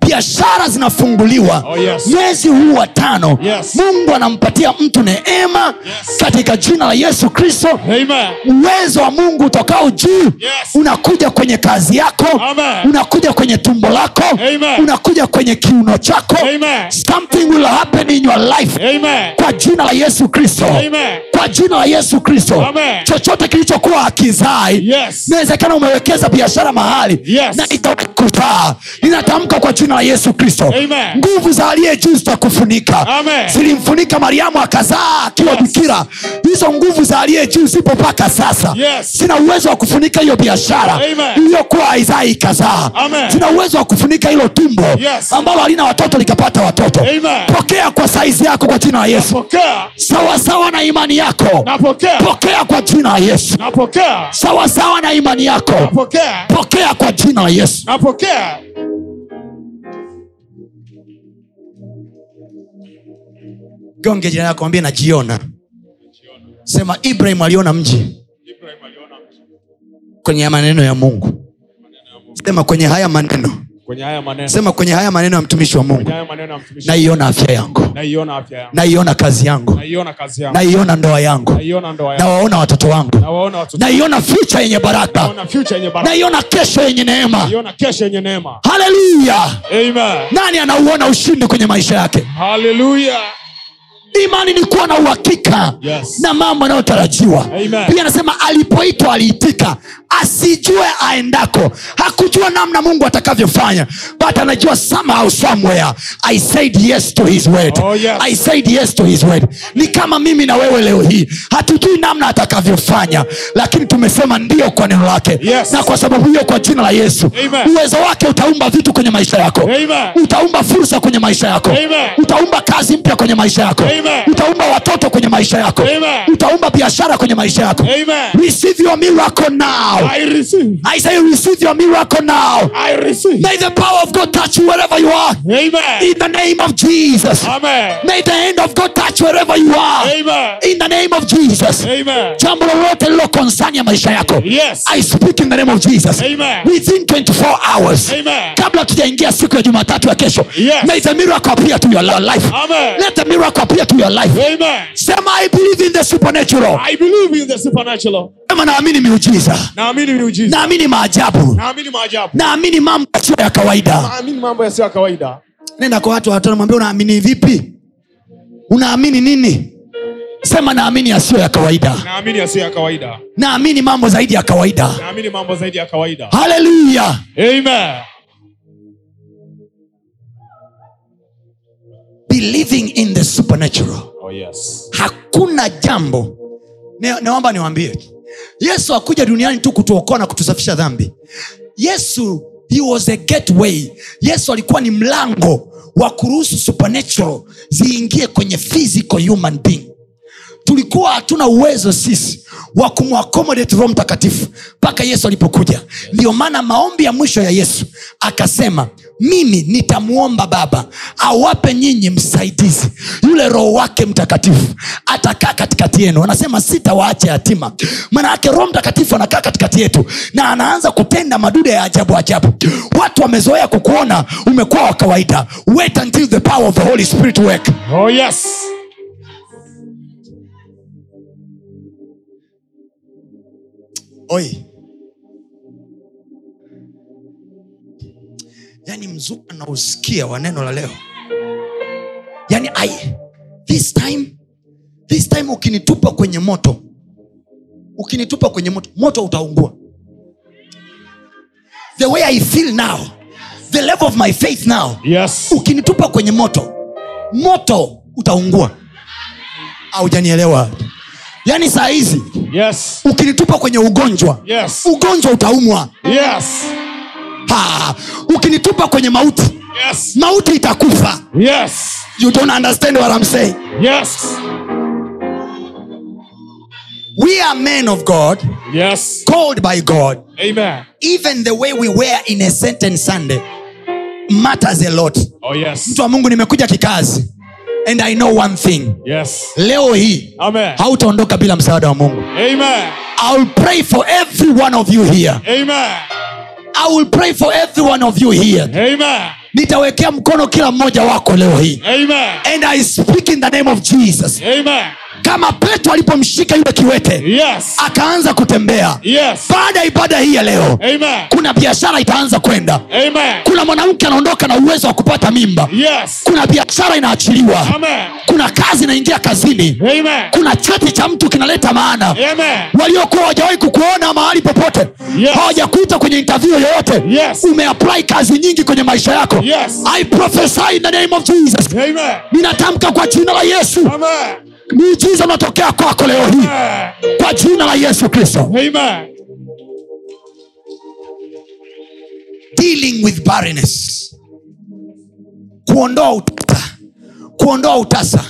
Speaker 1: biashara zinafunguliwa
Speaker 2: Oh, yes.
Speaker 1: mwezi huu wa tano
Speaker 2: Yes.
Speaker 1: mungu anampatia mtu neema
Speaker 2: Yes.
Speaker 1: katika jina la yesu kristo
Speaker 2: Amen.
Speaker 1: uwezo wa mungu utokao juu
Speaker 2: Yes.
Speaker 1: unakuja kwenye kazi yako
Speaker 2: Amen.
Speaker 1: unakuja kwenye tumbo lako
Speaker 2: Amen.
Speaker 1: unakuja kwenye kiuno chako
Speaker 2: Amen.
Speaker 1: something will happen in your life
Speaker 2: Amen.
Speaker 1: kwa jina la yesu kristo
Speaker 2: Amen.
Speaker 1: kwa jina la yesu kristo
Speaker 2: Amen.
Speaker 1: chochote kilichokuwa akizai
Speaker 2: Yes.
Speaker 1: inawezekana umewekeza biashara mahali
Speaker 2: Yes.
Speaker 1: na itakuzaa ninatamka kwa jina la yesu kristo
Speaker 2: Amen.
Speaker 1: nguvu za aliye juu zitakufunika
Speaker 2: Amen.
Speaker 1: zilimfunika mariamu akazaa akiwa
Speaker 2: Yes.
Speaker 1: bikira hizo nguvu za aliye juu zipo mpaka sasa
Speaker 2: Yes.
Speaker 1: zina uwezo wa kufunika hiyo biashara
Speaker 2: Amen.
Speaker 1: iliyokuwa aizai ikazaa
Speaker 2: Amen.
Speaker 1: zina uwezo wa kufunika hilo tumbo
Speaker 2: Yes.
Speaker 1: ambalo halina watoto likapata watoto
Speaker 2: Amen.
Speaker 1: pokea kwa saizi yako kwa jina la yesu
Speaker 2: Pokea.
Speaker 1: sawasawa na imani yako
Speaker 2: Napokea.
Speaker 1: pokea kwa jina la yesu
Speaker 2: Napokea.
Speaker 1: sawasawa na imani yako
Speaker 2: Napokea.
Speaker 1: pokea kwa jina la yesu
Speaker 2: Napokea.
Speaker 1: gonge jirani yako ambie najiona sema ibrahim aliona mji
Speaker 2: Ibrahim aliona mtu
Speaker 1: kwenye maneno ya mungu sema kwenye haya maneno
Speaker 2: kwenye haya maneno.
Speaker 1: sema kwenye haya maneno ya mtumishi wa mungu
Speaker 2: Kwenye haya maneno ya mtumishi.
Speaker 1: naiona afya yangu
Speaker 2: Naiona afya yangu.
Speaker 1: naiona kazi yangu
Speaker 2: Naiona kazi yangu.
Speaker 1: naiona ndoa yangu
Speaker 2: Naiona ndoa yangu.
Speaker 1: nawaona watoto wangu
Speaker 2: Nawaona watoto.
Speaker 1: naiona ficha yenye baraka
Speaker 2: Naona future yenye baraka.
Speaker 1: naiona kesho yenye neema
Speaker 2: Naiona kesho yenye neema.
Speaker 1: haleluya
Speaker 2: Amen.
Speaker 1: nani anauona ushindi kwenye maisha yake
Speaker 2: Hallelujah.
Speaker 1: imani ni kuwa na uhakika
Speaker 2: Yes.
Speaker 1: na mambo yanayotarajiwa
Speaker 2: Amen.
Speaker 1: pia anasema alipoitwa aliitika asijue aendako hakujua namna mungu atakavyofanya but anajua somehow somewhere i said yes to his word
Speaker 2: Oh, yes.
Speaker 1: i said yes to his word ni kama mimi na wewe leo hii hatujui namna atakavyofanya lakini tumesema ndio kwa neno lake
Speaker 2: Yes.
Speaker 1: na kwa sababu hiyo kwa jina la yesu
Speaker 2: Amen.
Speaker 1: uwezo wake utaumba vitu kwenye maisha yako
Speaker 2: Amen.
Speaker 1: utaumba fursa kwenye maisha yako
Speaker 2: Amen.
Speaker 1: utaumba kazi mpya kwenye maisha yako
Speaker 2: Amen.
Speaker 1: utaumba watoto kwenye maisha yako
Speaker 2: Amen.
Speaker 1: utaumba biashara kwenye maisha yako
Speaker 2: Amen.
Speaker 1: receive your miracle now
Speaker 2: I receive.
Speaker 1: i say receive your miracle now
Speaker 2: I receive.
Speaker 1: may the power of god touch you wherever you are
Speaker 2: Amen.
Speaker 1: in the name of jesus
Speaker 2: Amen.
Speaker 1: may the hand of god touch wherever you are
Speaker 2: Amen.
Speaker 1: in the name of jesus
Speaker 2: Amen.
Speaker 1: jambo lolote lilo konsani ya maisha yako
Speaker 2: Yes.
Speaker 1: i speak in the name of jesus
Speaker 2: Amen.
Speaker 1: within 24 hours
Speaker 2: Amen.
Speaker 1: kabla tujaingia siku ya jumatatu ya kesho
Speaker 2: Yes.
Speaker 1: may the miracle appear to your life
Speaker 2: Amen.
Speaker 1: let the miracle appear to your life
Speaker 2: Amen.
Speaker 1: sema i believe in the supernatural
Speaker 2: I believe in the supernatural.
Speaker 1: sema naamini miujiza
Speaker 2: Naamini miujiza.
Speaker 1: naamini maajabu
Speaker 2: Naamini maajabu.
Speaker 1: naamini mambo yasiyo ya kawaida
Speaker 2: Naamini mambo yasiyo ya kawaida.
Speaker 1: nenda kwa watu watano mwambia unaamini vipi unaamini nini sema naamini yasiyo ya kawaida
Speaker 2: Naamini yasiyo ya kawaida.
Speaker 1: naamini mambo zaidi ya kawaida
Speaker 2: Naamini mambo zaidi ya kawaida.
Speaker 1: haleluya
Speaker 2: Amen.
Speaker 1: believing in the supernatural
Speaker 2: Oh yes.
Speaker 1: hakuna jambo Ne- naomba niwambie yesu akuja duniani tu kutuokoa na kutusafisha dhambi yesu he was a gateway yesu alikuwa ni mlango wa kuruhusu supernatural ziingie kwenye physical human being tulikuwa hatuna uwezo sisi wa kumwaccommodate roho mtakatifu mpaka yesu alipokuja ndiyo maana maombi ya mwisho ya yesu akasema mimi nitamwomba baba awape nyinyi msaidizi yule roho wake mtakatifu atakaa katikati yenu anasema sitawaache yatima maana yake roho mtakatifu anakaa katikati yetu na anaanza kutenda maduda ya ajabu ajabu watu wamezoea kukuona umekuwa wa kawaida wait until the power of the holy spirit work
Speaker 3: Oh yes.
Speaker 1: oi yani mzuka na usikia wa neno la leo yani I, this time this time ukinitupa kwenye moto ukinitupa kwenye moto moto utaungua the way i feel now the level of my faith now
Speaker 3: Yes.
Speaker 1: ukinitupa kwenye moto moto utaungua aujanielewa yani saa hizi
Speaker 3: Yes.
Speaker 1: ukinitupa kwenye ugonjwa
Speaker 3: Yes.
Speaker 1: ugonjwa utaumwa
Speaker 3: Yes.
Speaker 1: Ha! ukinitupa kwenye mauti
Speaker 3: Yes.
Speaker 1: mauti itakufa
Speaker 3: Yes.
Speaker 1: you don't understand what I'm saying.
Speaker 3: Yes.
Speaker 1: we are men of god
Speaker 3: Yes.
Speaker 1: called by god
Speaker 3: Amen.
Speaker 1: even the way we wear in a sentence sunday matters a lot
Speaker 3: Oh yes.
Speaker 1: mtu wa mungu nimekuja kikazi and i know one thing
Speaker 3: Yes.
Speaker 1: leo hii
Speaker 3: Amen.
Speaker 1: hautaondoka bila msaada wa mungu
Speaker 3: Amen.
Speaker 1: i will pray for every one of you here
Speaker 3: Amen.
Speaker 1: i will pray for every one of you here
Speaker 3: Amen.
Speaker 1: nitawekea mkono kila mmoja wako leo hii
Speaker 3: Amen.
Speaker 1: and i speak in the name of jesus
Speaker 3: Amen.
Speaker 1: kama petro alipomshika yule kiwete
Speaker 3: Yes.
Speaker 1: akaanza kutembea
Speaker 3: Yes.
Speaker 1: baada ya ibada hii ya leo
Speaker 3: Amen.
Speaker 1: kuna biashara itaanza kwenda
Speaker 3: Amen.
Speaker 1: kuna mwanamke anaondoka na uwezo wa kupata mimba
Speaker 3: Yes.
Speaker 1: kuna biashara inaachiliwa
Speaker 3: Amen.
Speaker 1: kuna kazi inaingia kazini
Speaker 3: Amen.
Speaker 1: kuna cheti cha mtu kinaleta maana
Speaker 3: Amen.
Speaker 1: waliokuwa hawajawahi kukuona mahali popote
Speaker 3: Yes.
Speaker 1: hawajakuita kwenye interview yoyote
Speaker 3: Yes.
Speaker 1: umeapply kazi nyingi kwenye maisha yako
Speaker 3: Yes.
Speaker 1: I prophesy in the name of jesus
Speaker 3: Amen.
Speaker 1: ninatamka kwa jina la yesu
Speaker 3: Amen.
Speaker 1: miujiza unatokea kwako leo hii
Speaker 3: Amen.
Speaker 1: kwa jina la yesu kristo
Speaker 3: Amen.
Speaker 1: dealing with barrenness kuondoa utasa kuondoa utasa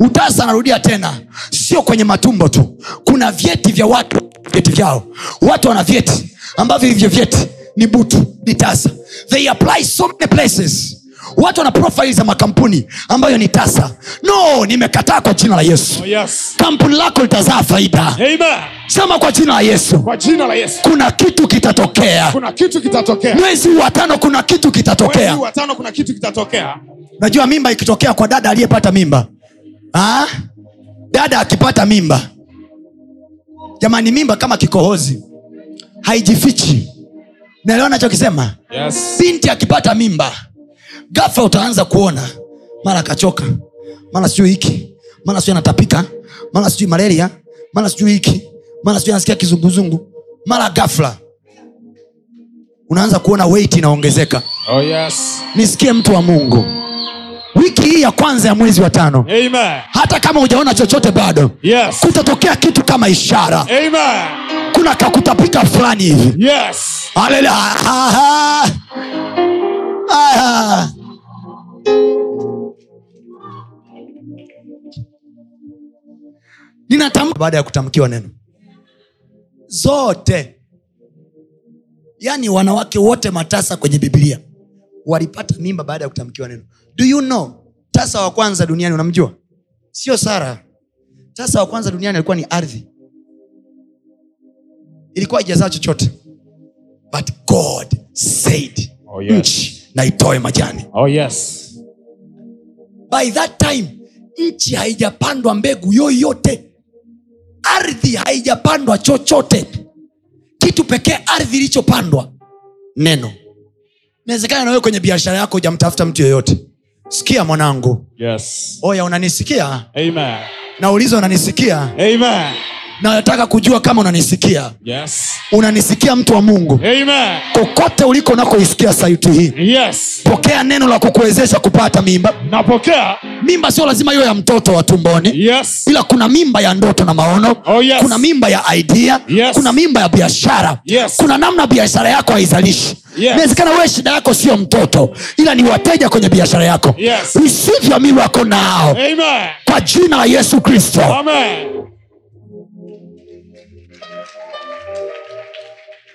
Speaker 1: utasa anarudia tena sio kwenye matumbo tu kuna vyeti vya watu vyeti vyao watu wana vyeti ambavyo hivyo vyeti ni butu ni tasa they apply so many places watu wana profile za makampuni ambayo ni tasa no nimekataa kwa jina la yesu
Speaker 3: Oh yes.
Speaker 1: kampuni lako litazaa faida
Speaker 3: Amen.
Speaker 1: sema kwa jina la yesu
Speaker 3: Kwa jina la Yesu.
Speaker 1: kuna kitu kitatokea
Speaker 3: Kuna kitu kitatokea.
Speaker 1: mwezi huu wa tano kuna kitu
Speaker 3: Mwezi
Speaker 1: kitatokea
Speaker 3: wa tano kuna kitu kitatokea.
Speaker 1: najua mimba ikitokea kwa dada aliyepata mimba ha? dada akipata mimba jamani mimba kama kikohozi haijifichi naelewa nachokisema
Speaker 2: Yes.
Speaker 1: binti akipata mimba gafa utaanza kuona mara akachoka mara sijui hiki mara sijui anatapika mara sijui malaria mara sijui hiki mara sijui anasikia kizunguzungu mara gafla unaanza kuona weight inaongezeka
Speaker 2: Oh yes.
Speaker 1: nisikie mtu wa mungu wiki hii ya kwanza ya mwezi wa tano
Speaker 3: Amen.
Speaker 1: hata kama hujaona chochote bado
Speaker 3: Yes.
Speaker 1: kutatokea kitu kama ishara
Speaker 3: Amen.
Speaker 1: kuna kakutapika fulani hivi
Speaker 3: Yes.
Speaker 1: Haleluya. Ah, ah. Ah. ninatamka baada ya kutamkiwa neno zote yaani wanawake wote matasa kwenye bibilia walipata mimba baada ya kutamkiwa neno do you know tasa wa kwanza duniani unamjua sio sara tasa wa kwanza duniani alikuwa ni ardhi ilikuwa haijazaa chochote but god said
Speaker 3: Oh, yes.
Speaker 1: nchi na itoe majani
Speaker 3: Oh yes.
Speaker 1: by that time nchi haijapandwa mbegu yoyote ardhi haijapandwa chochote kitu pekee ardhi ilichopandwa neno inawezekana nawe kwenye biashara yako hujamtafuta mtu yoyote sikia mwanangu
Speaker 3: Yes.
Speaker 1: oya unanisikia
Speaker 3: Amen.
Speaker 1: nauliza unanisikia
Speaker 3: Amen.
Speaker 1: na nataka kujua kama unanisikia
Speaker 3: Yes.
Speaker 1: unanisikia mtu wa mungu
Speaker 3: Amen.
Speaker 1: kokote uliko unakoisikia sauti hii
Speaker 3: Yes.
Speaker 1: pokea neno la kukuwezesha kupata mimba
Speaker 3: Napokea.
Speaker 1: mimba sio lazima iwe ya mtoto wa tumboni
Speaker 3: Yes.
Speaker 1: ila kuna mimba ya ndoto na maono
Speaker 3: Oh, yes.
Speaker 1: kuna mimba ya idea
Speaker 3: Yes.
Speaker 1: kuna mimba ya biashara
Speaker 3: Yes.
Speaker 1: kuna namna biashara yako haizalishi
Speaker 3: Yes.
Speaker 1: inawezekana wewe shida yako sio mtoto ila ni wateja kwenye biashara yako
Speaker 3: Yes.
Speaker 1: receive your miracle now
Speaker 3: Amen.
Speaker 1: kwa jina la yesu kristo
Speaker 3: Amen.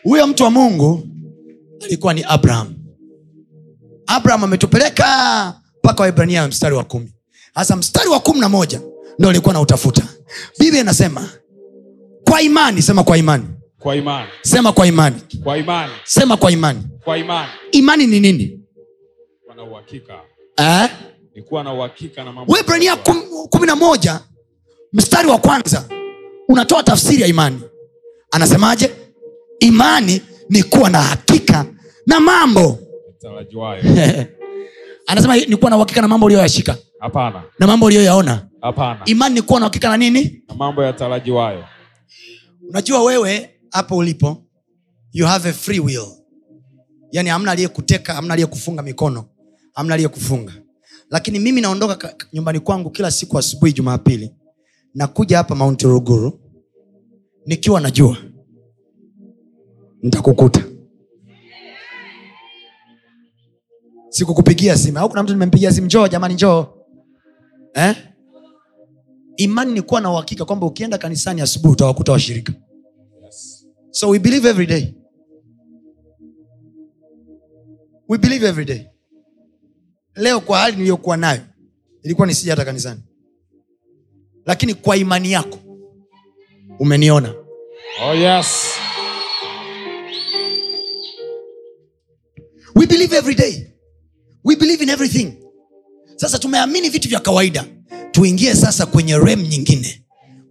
Speaker 1: huyo mtu wa mungu alikuwa ni abraham abraham ametupeleka mpaka waibrania ya mstari wa kumi hasa mstari wa kumi na moja ndo alikuwa nautafuta biblia inasema kwa imani sema kwa imani
Speaker 2: kwa imani
Speaker 1: sema kwa imani
Speaker 2: kwa imani
Speaker 1: sema kwa imani
Speaker 2: kwa imani
Speaker 1: imani ni nini
Speaker 2: kuwa na uhakika
Speaker 1: eh?
Speaker 2: ni kuwa na uhakika na mambo
Speaker 1: waibrania kum- kumi na moja mstari wa kwanza unatoa tafsiri ya imani anasemaje imani ni kuwa na hakika na mambo [laughs]
Speaker 2: tarajiwayo
Speaker 1: anasema ni kuwa na uhakika na mambo uliyoyashika
Speaker 2: hapana
Speaker 1: na mambo uliyoyaona
Speaker 2: hapana
Speaker 1: imani ni kuwa na uhakika na nini
Speaker 2: na mambo ya tarajiwayo
Speaker 1: unajua wewe hapo ulipo you have a free will yaani hamna aliyekuteka hamna aliyekufunga mikono hamna aliyekufunga lakini mimi naondoka ka- nyumbani kwangu kila siku asubuhi jumapili nakuja hapa mount ruguru nikiwa najua nitakukuta sikukupigia simu au kuna mtu nimempigia simu njoo jamani njoo eh? imani ni kuwa na uhakika kwamba ukienda kanisani asubuhi utawakuta washirika so we believe every day we believe every day leo kwa hali niliyokuwa nayo ilikuwa nisija hata kanisani lakini kwa imani yako umeniona
Speaker 3: Oh yes.
Speaker 1: we believe every day we believe in everything sasa tumeamini vitu vya kawaida tuingie sasa kwenye rem nyingine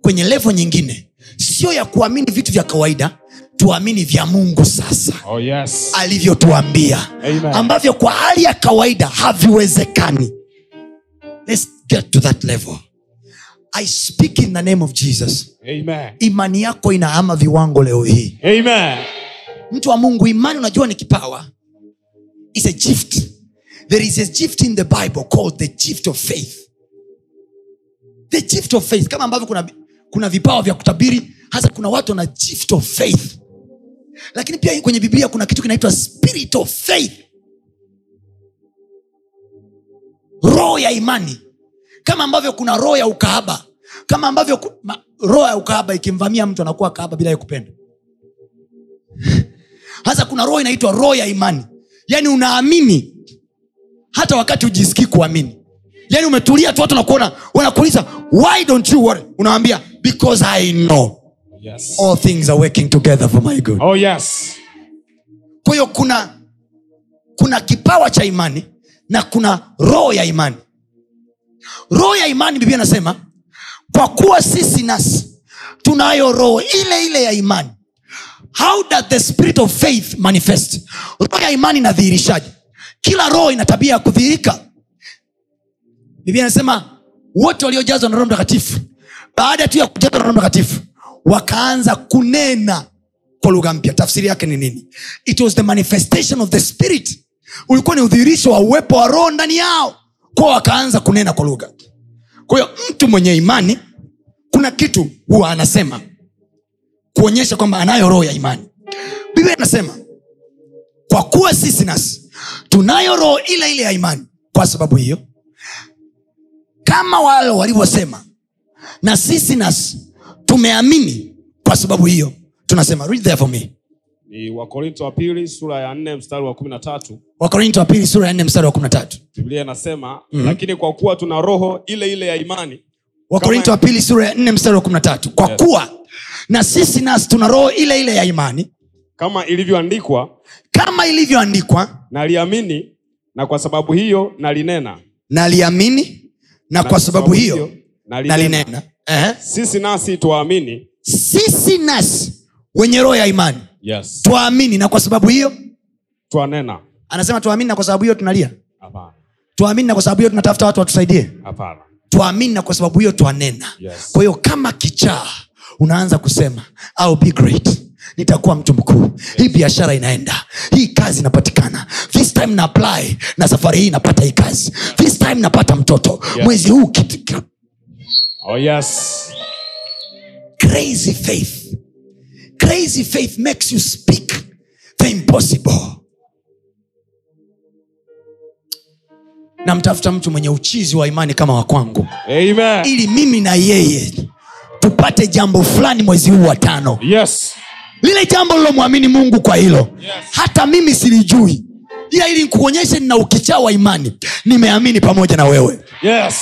Speaker 1: kwenye levo nyingine sio ya kuamini vitu vya kawaida tuamini vya mungu sasa
Speaker 3: Oh yes.
Speaker 1: alivyotuambia
Speaker 3: Amen.
Speaker 1: ambavyo kwa hali ya kawaida haviwezekani Let's get to that level. I speak in the name of jesus
Speaker 3: Amen.
Speaker 1: imani yako inahama viwango leo hii
Speaker 3: Amen.
Speaker 1: mtu wa mungu imani unajua ni kipawa is a gift there is a gift in the bible called the gift of faith the gift of faith kama ambavyo kuna, kuna vipawa vya kutabiri hasa kuna watu wana gift of faith lakini pia kwenye biblia kuna kitu kinaitwa spirit of faith roho ya imani kama ambavyo kuna roho ya ukahaba kama ambavyo ku- ma- roho ya ukahaba ikimvamia mtu anakuwa kahaba bila ye kupenda hasa kuna roho inaitwa roho ya imani yaani unaamini hata wakati ujisikii kuamini yaani umetulia tu watu nakuona wanakuuliza why don't you worry unawambia because i know
Speaker 2: Oh,
Speaker 3: Yes.
Speaker 1: all things are working together for my good
Speaker 3: Oh yes.
Speaker 1: kwa hiyo kuna kuna kipawa cha imani na kuna roho ya imani roho ya imani biblia anasema kwa kuwa sisi nasi tunayo roho ile ile ya imani how does the spirit of faith manifest roho ya imani inadhihirishaje kila roho ina tabia ya kudhihirika biblia inasema wote waliojazwa na roho mtakatifu baada tu ya kujazwa na roho mtakatifu wakaanza kunena kwa lugha mpya tafsiri yake ni nini it was the manifestation of the spirit ulikuwa ni udhihirisho wa uwepo wa roho ndani yao kwao wakaanza kunena kwa lugha kwa hiyo mtu mwenye imani kuna kitu huwa anasema kuonyesha kwamba anayo roho ya imani biblia inasema kwa kuwa sisi nasi tunayo roho ile ile ya imani kwa sababu hiyo kama walo walivyosema na sisi nasi tumeamini kwa sababu hiyo tunasema read there for me
Speaker 2: ni wakorinto wa pili sura ya nne mstari wa kumi na tatu
Speaker 1: wakorinto wa pili sura ya nne mstari wa kumi na tatu
Speaker 2: biblia inasema mm-hmm. lakini kwa kuwa tuna roho ile ile ya imani
Speaker 1: wakorinto wa pili sura ya nne mstari wa kumi na tatu kwa
Speaker 2: Yes.
Speaker 1: kuwa na sisi nasi tuna roho ile ile ya imani
Speaker 2: kama ilivyoandikwa
Speaker 1: kama ilivyoandikwa
Speaker 2: naliamini na kwa sababu hiyo nalinena
Speaker 1: naliamini na
Speaker 2: Na
Speaker 1: kwa sababu hiyo
Speaker 2: nalinena
Speaker 1: nalinena Ehe.
Speaker 2: sisi nasi twaamini
Speaker 1: sisi nasi wenye roho ya imani
Speaker 2: yes.
Speaker 1: twaamini na kwa sababu hiyo
Speaker 2: twanena
Speaker 1: anasema twaamini na kwa sababu hiyo tunalia
Speaker 2: hapana
Speaker 1: twaamini na kwa sababu hiyo tunatafuta watu watusaidie
Speaker 2: hapana
Speaker 1: twaamini na kwa sababu hiyo twanena
Speaker 2: Yes.
Speaker 1: kwa hiyo kama kichaa unaanza kusema I'll be great nitakuwa mtu mkuu hii biashara inaenda hii kazi inapatikana this time na apply na safari hii napata hii kazi this time napata mtoto
Speaker 3: Yes.
Speaker 1: mwezi huu kitu- kitu-
Speaker 3: Oh yes.
Speaker 1: crazy faith crazy faith makes you speak the impossible namtafuta mtu mwenye uchizi wa imani kama wa kwangu
Speaker 3: Amen.
Speaker 1: ili mimi na yeye tupate jambo fulani mwezi huu wa tano
Speaker 3: Yes.
Speaker 1: lile jambo lilomwamini mungu kwa hilo
Speaker 3: Yes.
Speaker 1: hata mimi silijui ila ili nikuonyeshe nina ukichaa wa imani nimeamini pamoja na wewe
Speaker 3: Yes.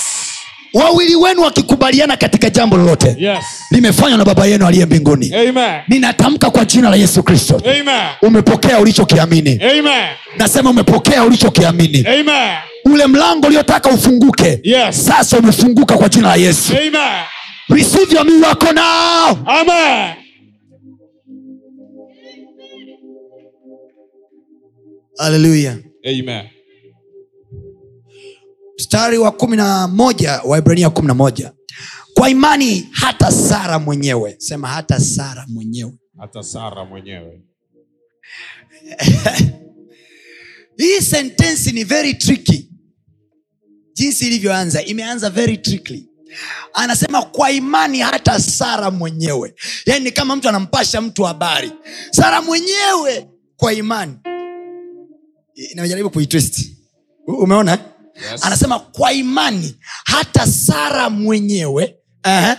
Speaker 1: wawili wenu wakikubaliana katika jambo lolote
Speaker 3: Yes.
Speaker 1: limefanywa na baba yenu aliye mbinguni
Speaker 3: Amen.
Speaker 1: ninatamka kwa jina la yesu kristo
Speaker 3: Amen.
Speaker 1: umepokea ulichokiamini
Speaker 3: Amen.
Speaker 1: nasema umepokea ulichokiamini
Speaker 3: Amen.
Speaker 1: ule mlango uliotaka ufunguke
Speaker 3: Yes.
Speaker 1: sasa umefunguka kwa jina la yesu
Speaker 3: Amen.
Speaker 1: receive your miracle now
Speaker 3: Amen.
Speaker 1: haleluya
Speaker 2: Amen.
Speaker 1: mstari wa kumi na moja wa ibrania kumi na moja kwa imani hata sara mwenyewe sema hata sara mwenyewe
Speaker 2: Hata Sara mwenyewe.
Speaker 1: hii sentensi ni very tricky jinsi ilivyoanza imeanza very tricky anasema kwa imani hata sara mwenyewe yaani ni kama mtu anampasha mtu habari sara mwenyewe kwa imani I- nimejaribu kuitwist U- umeona
Speaker 2: Yes.
Speaker 1: anasema kwa imani hata sara mwenyewe uh-huh.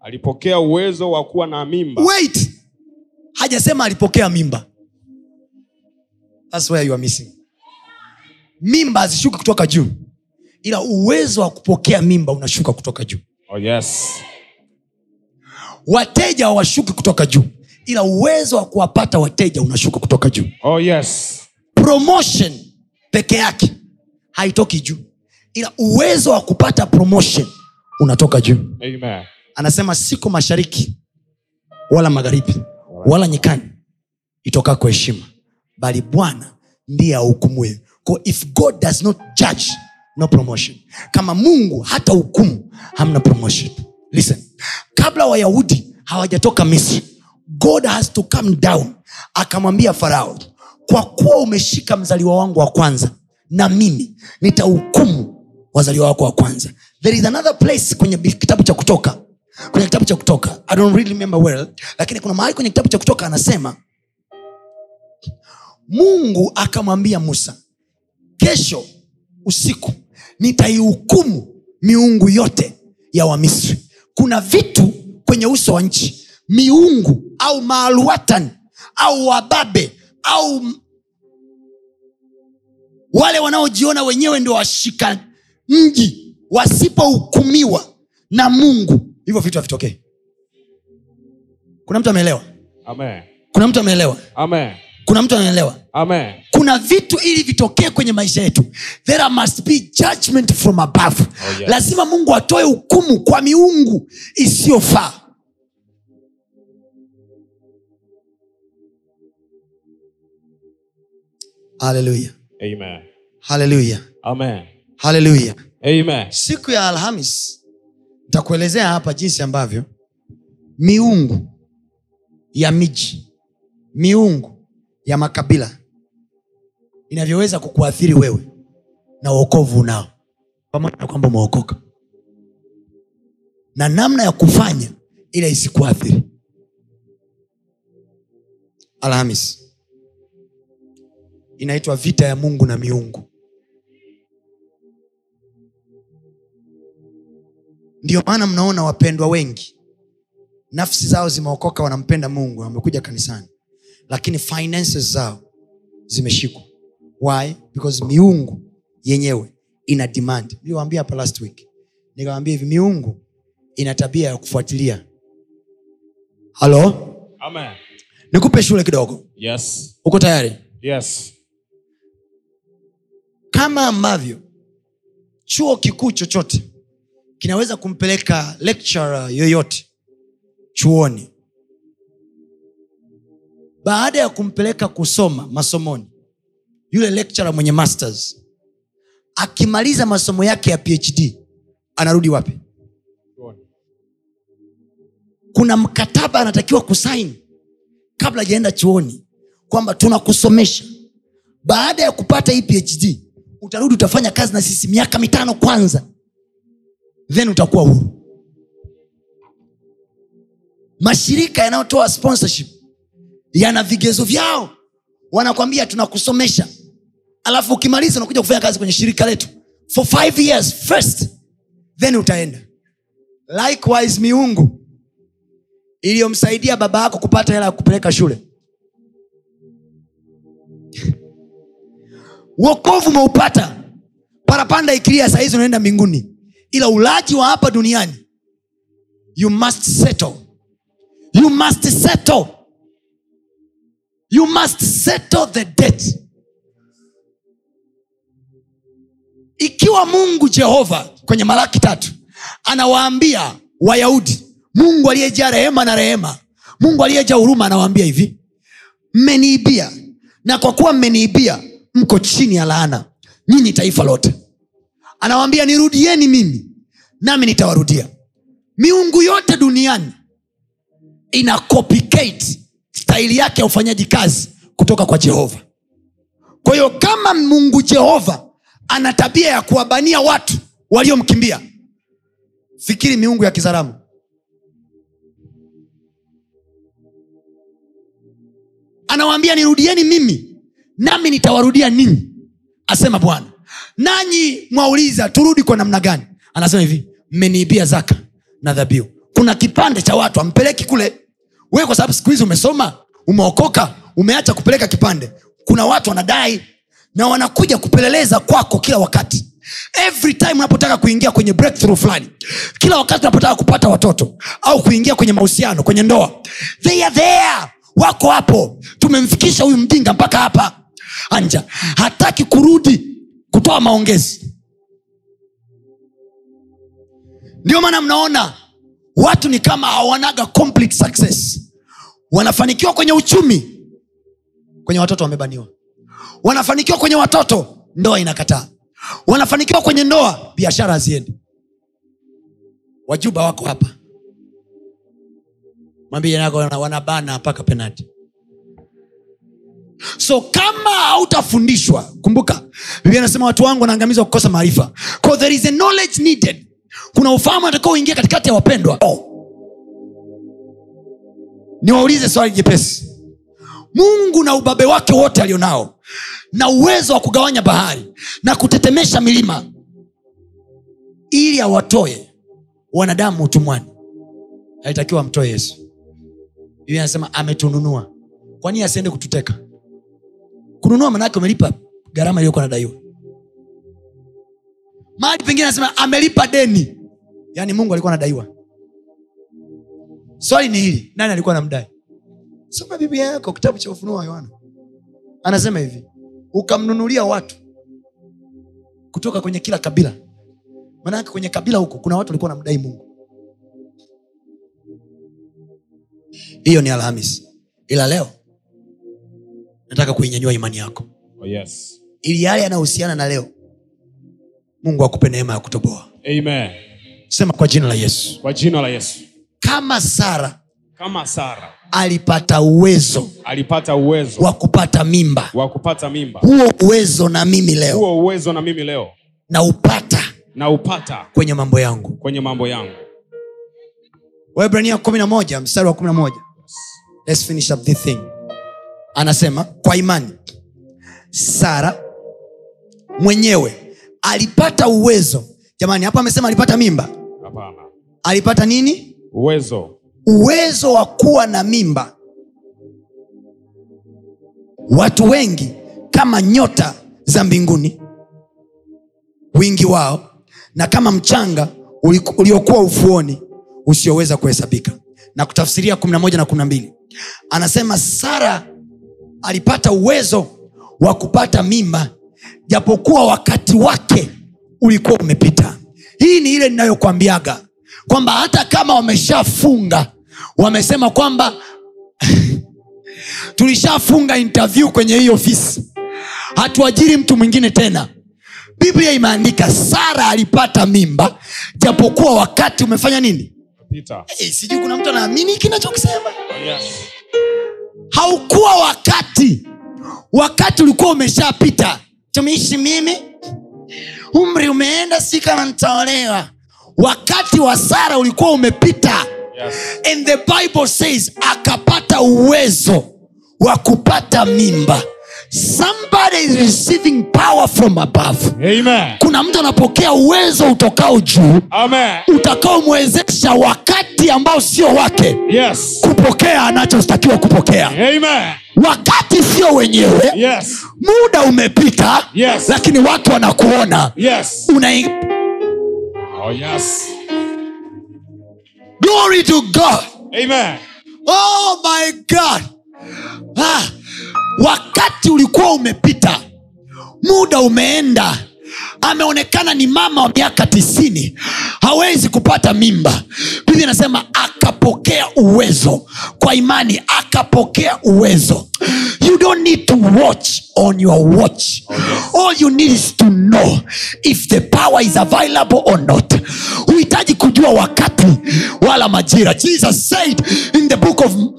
Speaker 2: Alipokea uwezo wa kuwa na mimba.
Speaker 1: wait hajasema alipokea mimba That's where you are missing. mimba hazishuki kutoka juu ila uwezo wa kupokea mimba unashuka kutoka juu
Speaker 2: Oh yes.
Speaker 1: wateja hawashuki kutoka juu ila uwezo wa kuwapata wateja unashuka kutoka juu
Speaker 2: Oh yes.
Speaker 1: promotion peke yake haitoki juu ila uwezo wa kupata promotion unatoka juu
Speaker 2: Amen.
Speaker 1: anasema siko mashariki wala magharibi wala nyikani itokako heshima bali bwana ndiye ahukumuye Kwa if god does not judge no promotion kama mungu hata hukumu hamna promotion listen kabla wayahudi hawajatoka misri god has to come down akamwambia farao kwa kuwa umeshika mzaliwa wangu wa kwanza na mimi nitahukumu wazaliwa wako wa kwanza there is another place kwenye bi- kitabu cha kutoka kwenye kitabu cha kutoka i don't really remember well lakini kuna mahali kwenye kitabu cha kutoka anasema mungu akamwambia musa kesho usiku nitaihukumu miungu yote ya wamisri kuna vitu kwenye uso wa nchi miungu au maaluatan au wababe au m- wale wanaojiona wenyewe ndio washika mji wasipohukumiwa na mungu hivyo vitu havitokee kuna mtu ameelewa
Speaker 2: Amen.
Speaker 1: kuna mtu ameelewa
Speaker 2: Amen.
Speaker 1: kuna mtu anaelewa
Speaker 2: Amen.
Speaker 1: kuna vitu ili vitokee kwenye maisha yetu there must be judgment from above
Speaker 2: Oh, yes.
Speaker 1: lazima mungu atoe hukumu kwa miungu isiyofaa haleluya
Speaker 2: Amen.
Speaker 1: haleluya
Speaker 2: Amen.
Speaker 1: haleluya
Speaker 2: Amen.
Speaker 1: siku ya alhamis nitakuelezea hapa jinsi ambavyo miungu ya miji miungu ya makabila inavyoweza kukuathiri wewe na uokovu unao pamoja na kwamba umeokoka na namna ya kufanya ili isikuathiri alhamis inaitwa vita ya mungu na miungu ndio maana mnaona wapendwa wengi nafsi zao zimeokoka wanampenda mungu wamekuja kanisani lakini finances zao zimeshikwa why because miungu yenyewe ina demand niliwaambia hapa last week nikawambia hivi miungu ina tabia ya kufuatilia halo
Speaker 2: Amen.
Speaker 1: nikupe shule kidogo
Speaker 2: Yes.
Speaker 1: uko tayari
Speaker 2: Yes.
Speaker 1: kama ambavyo chuo kikuu chochote kinaweza kumpeleka lecturer yoyote chuoni baada ya kumpeleka kusoma masomoni yule lecturer mwenye masters akimaliza masomo yake ya phd anarudi wapi kuna mkataba anatakiwa kusaini kabla jaenda chuoni kwamba tunakusomesha baada ya kupata hii phd utarudi utafanya kazi na sisi miaka mitano kwanza then utakuwa huru mashirika yanayotoa sponsorship yana vigezo vyao wanakwambia tunakusomesha alafu ukimaliza unakuja kufanya kazi kwenye shirika letu for five years first then utaenda likewise miungu iliyomsaidia baba yako kupata hela ya kupeleka shule wokovu umeupata parapanda ikilia sahizi unaenda mbinguni ila ulaji wa hapa duniani you must settle you must settle you must settle the debt ikiwa mungu jehova kwenye malaki tatu anawaambia wayahudi mungu aliyejaa rehema na rehema mungu aliyejaa huruma anawaambia hivi mmeniibia na kwa kuwa mmeniibia mko chini ya laana nyinyi taifa lote anawaambia nirudieni mimi nami nitawarudia miungu yote duniani ina copycat staili yake ya ufanyaji kazi kutoka kwa jehova kwa hiyo kama mungu jehova ana tabia ya kuwabania watu waliomkimbia fikiri miungu ya kizaramu anawaambia nirudieni mimi nami nitawarudia ninyi asema bwana nanyi mwauliza turudi kwa namna gani anasema hivi mmeniibia zaka na dhabihu kuna kipande cha watu ampeleki kule wewe kwa sababu siku hizi umesoma umeokoka umeacha kupeleka kipande kuna watu wanadai na wanakuja kupeleleza kwako kila wakati every time unapotaka kuingia kwenye breakthrough fulani kila wakati unapotaka kupata watoto au kuingia kwenye mahusiano kwenye ndoa they are there wako hapo tumemfikisha huyu mjinga mpaka hapa anja hataki kurudi kutoa maongezi ndio maana mnaona watu ni kama hawanaga complete success wanafanikiwa kwenye uchumi kwenye watoto wamebaniwa wanafanikiwa kwenye watoto ndoa inakataa wanafanikiwa kwenye ndoa biashara haziendi wajuba wako hapa mwambie nako wana- wanabana mpaka penati so kama hautafundishwa kumbuka biblia anasema watu wangu wanaangamizwa kukosa maarifa 'Cause there is a knowledge needed kuna ufahamu atakao uingia katikati ya wapendwa oh. niwaulize swali jepesi mungu na ubabe wake wote alionao na uwezo wa kugawanya bahari na kutetemesha milima ili awatoe wanadamu utumwani alitakiwa amtoe yesu biblia anasema ametununua kwa nini asiende kututeka kununua manake umelipa gharama iliyokuwa nadaiwa mahali pengine anasema amelipa deni yaani mungu alikuwa anadaiwa swali ni hili nani alikuwa anamdai soma biblia yako kitabu cha ufunuo wa yohana anasema hivi ukamnunulia watu kutoka kwenye kila kabila maanake kwenye kabila huko kuna watu walikuwa wanamdai mungu hiyo ni alhamis ila leo nataka kuinyanyua imani yako
Speaker 2: Oh, yes.
Speaker 1: ili yale yanayohusiana na leo mungu akupe neema ya kutoboa
Speaker 2: Amen.
Speaker 1: sema kwa jina la yesu
Speaker 2: Kwa jina la Yesu.
Speaker 1: kama sara
Speaker 2: Kama Sara
Speaker 1: alipata uwezo
Speaker 2: alipata uwezo
Speaker 1: wa kupata mimba
Speaker 2: wa kupata mimba,
Speaker 1: huo uwezo na mimi leo
Speaker 2: huo uwezo na mimi leo
Speaker 1: naupata
Speaker 2: naupata
Speaker 1: kwenye mambo yangu
Speaker 2: kwenye mambo yangu.
Speaker 1: waibrania 11 mstari wa 11 Let's finish up this thing anasema kwa imani sara mwenyewe alipata uwezo jamani hapa amesema alipata mimba
Speaker 2: Hapana.
Speaker 1: alipata nini
Speaker 2: Uwezo
Speaker 1: uwezo wa kuwa na mimba watu wengi kama nyota za mbinguni wingi wao na kama mchanga uliku- uliokuwa ufuoni usioweza kuhesabika na kutafsiria 11 na 12 anasema sara alipata uwezo wa kupata mimba japokuwa wakati wake ulikuwa umepita hii ni ile ninayokwambiaga kwamba hata kama wameshafunga wamesema kwamba [laughs] tulishafunga interview kwenye hii ofisi hatuajiri mtu mwingine tena biblia imeandika sara alipata mimba japokuwa wakati umefanya nini Eh,
Speaker 2: pita.
Speaker 1: hey, sijui kuna mtu anaamini kinachokisema
Speaker 2: Oh, yes.
Speaker 1: haukuwa wakati wakati ulikuwa umeshapita tumishi mimi umri umeenda si kama nitaolewa wakati wa sara ulikuwa umepita
Speaker 2: Yes.
Speaker 1: and the bible says akapata uwezo wa kupata mimba somebody is receiving power from above
Speaker 3: Amen.
Speaker 1: kuna mtu anapokea uwezo utokao juu
Speaker 3: Amen.
Speaker 1: utakaomwezesha wakati ambao sio wake
Speaker 3: Yes.
Speaker 1: kupokea anachotakiwa kupokea
Speaker 3: Amen.
Speaker 1: wakati sio wenyewe
Speaker 3: Yes.
Speaker 1: muda umepita
Speaker 3: Yes.
Speaker 1: lakini watu wanakuona
Speaker 3: Yes.
Speaker 1: una
Speaker 3: Oh yes.
Speaker 1: glory to god
Speaker 3: Amen.
Speaker 1: oh my god ah, wakati ulikuwa umepita muda umeenda ameonekana ni mama wa miaka tisini hawezi kupata mimba biblia inasema akapokea uwezo kwa imani akapokea uwezo you don't need to watch on your watch all you need is to know if the power is available or not huhitaji kujua wakati wala majira jesus said in the book of um,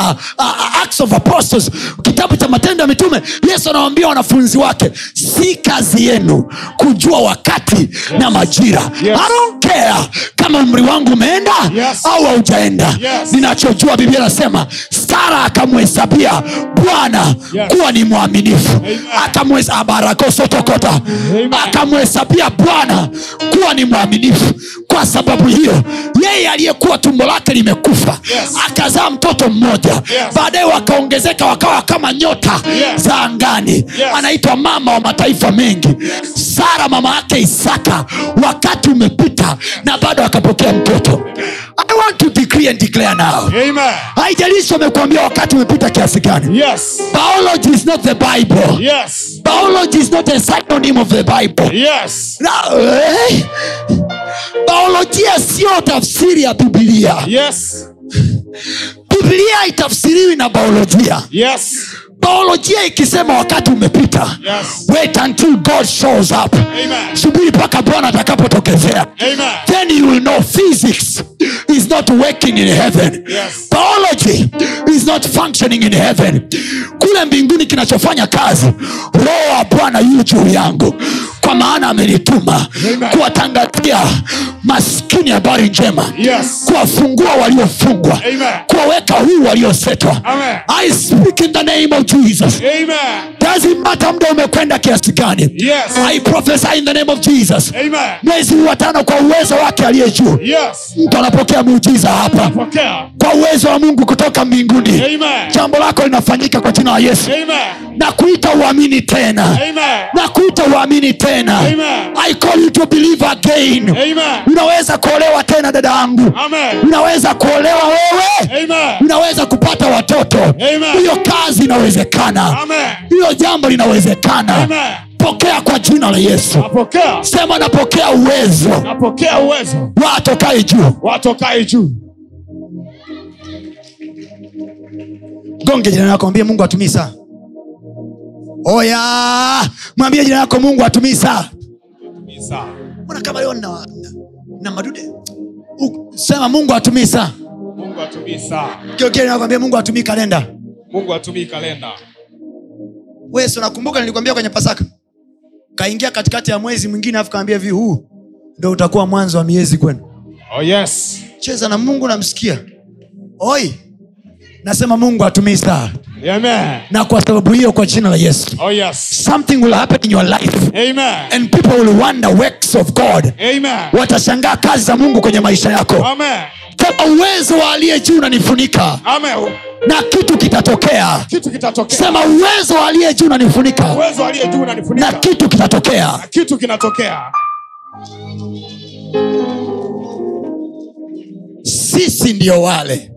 Speaker 1: uh, uh, acts of apostles kitabu cha matendo ya mitume yesu anawaambia wanafunzi wake si kazi yenu kujua wakati na majira
Speaker 3: Yes.
Speaker 1: I don't care kama umri wangu umeenda
Speaker 3: Yes.
Speaker 1: au haujaenda
Speaker 3: Yes.
Speaker 1: ninachojua biblia anasema sara akamhesabia bwana
Speaker 3: Yes.
Speaker 1: kuwa ni mwaminifu Ah,
Speaker 3: Amen.
Speaker 1: akamhesabarakosotokota
Speaker 3: Amen.
Speaker 1: akamhesabia bwana kuwa ni mwaminifu kwa sababu hiyo yeye aliyekuwa tumbo lake limekufa
Speaker 3: Yes.
Speaker 1: akazaa mtoto mmoja baadaye wakaongezeka wakawa kama nyota
Speaker 3: Yes.
Speaker 1: za angani anaitwa mama wa mataifa mengi sara mama yake isaka wakati umepita na bado akapokea mtoto i want to decree and declare now
Speaker 3: Amen.
Speaker 1: haijalishi wamekuambia wakati umepita kiasi gani
Speaker 3: Yes.
Speaker 1: biology is not the bible
Speaker 3: Yes.
Speaker 1: biology is not a synonym of the bible
Speaker 3: Yes.
Speaker 1: Na- eh? biolojia siyo tafsiri ya bibilia
Speaker 3: Yes.
Speaker 1: bibilia haitafsiriwi na biolojia
Speaker 3: Yes.
Speaker 1: biolojia ikisema wakati umepita
Speaker 3: Yes.
Speaker 1: wait until god shows up
Speaker 3: Amen.
Speaker 1: subiri mpaka bwana atakapotokezea
Speaker 3: Amen.
Speaker 1: then you will know physics is not working in heaven
Speaker 3: Yes.
Speaker 1: biology is not functioning in heaven kule mbinguni kinachofanya kazi roho wa bwana yu juu yangu kwa maana amenituma kuwatangazia maskini habari njema
Speaker 3: Yes.
Speaker 1: kuwafungua waliofungwa
Speaker 3: Amen.
Speaker 1: kuwaweka huu waliosetwa
Speaker 3: Amen.
Speaker 1: i speak in the name of jesus
Speaker 3: Amen.
Speaker 1: lazimata muda umekwenda kiasi gani
Speaker 3: Yes.
Speaker 1: i prophesy in the name of jesus
Speaker 3: Amen.
Speaker 1: mwezi wa tano kwa uwezo wake aliye juu
Speaker 3: Yes.
Speaker 1: mtu anapokea muujiza hapa
Speaker 3: Pokea.
Speaker 1: kwa uwezo wa mungu kutoka mbinguni
Speaker 3: Amen.
Speaker 1: jambo lako linafanyika kwa jina la yesu
Speaker 3: Amen.
Speaker 1: na kuita uamini tena
Speaker 3: Amen.
Speaker 1: na kuita uamini tena
Speaker 3: Amen.
Speaker 1: i call you to believe again
Speaker 3: Amen.
Speaker 1: unaweza kuolewa tena dada yangu
Speaker 3: Amen.
Speaker 1: unaweza kuolewa wewe
Speaker 3: Amen.
Speaker 1: unaweza kupata watoto
Speaker 3: Amen.
Speaker 1: hiyo kazi inawezekana
Speaker 3: Amen.
Speaker 1: hilo jambo linawezekana
Speaker 3: Amen.
Speaker 1: pokea kwa jina la yesu
Speaker 3: Napokea.
Speaker 1: sema napokea uwezo
Speaker 3: Napokea uwezo
Speaker 1: wa atokaye juu
Speaker 3: watokae juu.
Speaker 1: gonge jirani yako mwambie mungu atumii saa oya mwambie jirani yako mungu atumii saa
Speaker 2: Misa.
Speaker 1: mbona kama leo na, na, na madude U- sema mungu atumii saa
Speaker 2: Mungu atumii saa.
Speaker 1: Geukia jirani yako, mwambie mungu atumii kalenda
Speaker 2: Mungu atumii kalenda.
Speaker 1: wesi unakumbuka nilikwambia kwenye pasaka kaingia katikati ya mwezi mwingine alafu kaambia hivi huu ndo utakuwa mwanzo wa miezi kwenu
Speaker 3: Oh yes.
Speaker 1: cheza na mungu namsikia oi nasema mungu atumii saa
Speaker 3: Amen.
Speaker 1: na kwa sababu hiyo kwa jina la yesu
Speaker 3: Oh yes.
Speaker 1: something will happen in your life
Speaker 3: Amen.
Speaker 1: and people will wonder works of god
Speaker 3: Amen.
Speaker 1: watashangaa kazi za mungu kwenye maisha yako
Speaker 3: Amen.
Speaker 1: kama uwezo wa aliye juu unanifunika
Speaker 3: Amen.
Speaker 1: na kitu kitatokea
Speaker 3: Kitu kitatokea.
Speaker 1: sema uwezo wa aliye juu unanifunika
Speaker 3: Uwezo aliye juu
Speaker 1: na
Speaker 3: unanifunika.
Speaker 1: kitu kitatokea
Speaker 3: Kitu kinatokea.
Speaker 1: sisi ndio wale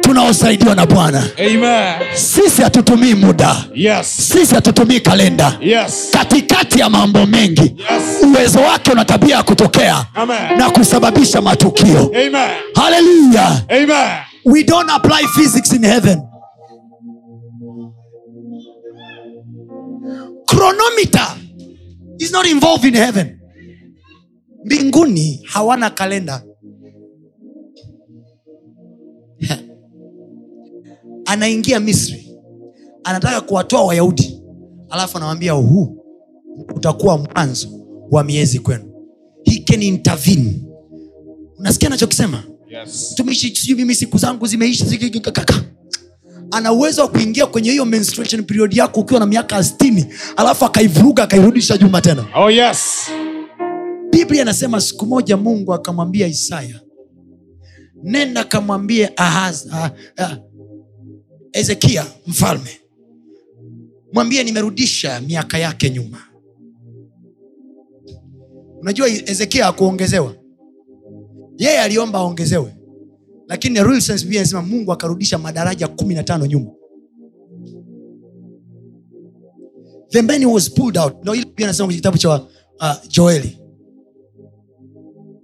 Speaker 1: tunaosaidiwa na bwana
Speaker 3: Amen.
Speaker 1: sisi hatutumii muda
Speaker 3: Yes.
Speaker 1: sisi hatutumii kalenda
Speaker 3: Yes.
Speaker 1: katikati ya mambo mengi
Speaker 3: Yes.
Speaker 1: uwezo wake una tabia ya kutokea
Speaker 3: Amen.
Speaker 1: na kusababisha matukio
Speaker 3: Amen.
Speaker 1: haleluya
Speaker 3: Amen.
Speaker 1: we don't apply physics in heaven chronometer is not involved in heaven mbinguni hawana kalenda [laughs] anaingia misri anataka kuwatoa wayahudi alafu anawambia huu utakuwa mwanzo wa miezi kwenu he can intervene unasikia anachokisema
Speaker 2: Yes.
Speaker 1: mtumishi sijui mimi siku zangu zimeisha ziki- ki- kaka. ana uwezo wa kuingia kwenye hiyo menstruation period yako ukiwa na miaka stini alafu akaivuruga akairudisha juma tena
Speaker 3: Oh yes.
Speaker 1: biblia inasema siku moja mungu akamwambia isaya nenda kamwambie Ahaz- ah, ah, ezekia mfalme mwambie nimerudisha miaka yake nyuma unajua ezekia akuongezewa yeye aliomba aongezewe lakini rules and Biblia inasema mungu akarudisha madaraja kumi na tano nyuma the man was pulled out ndio ile pia nasema kwenye kitabu cha uh, joeli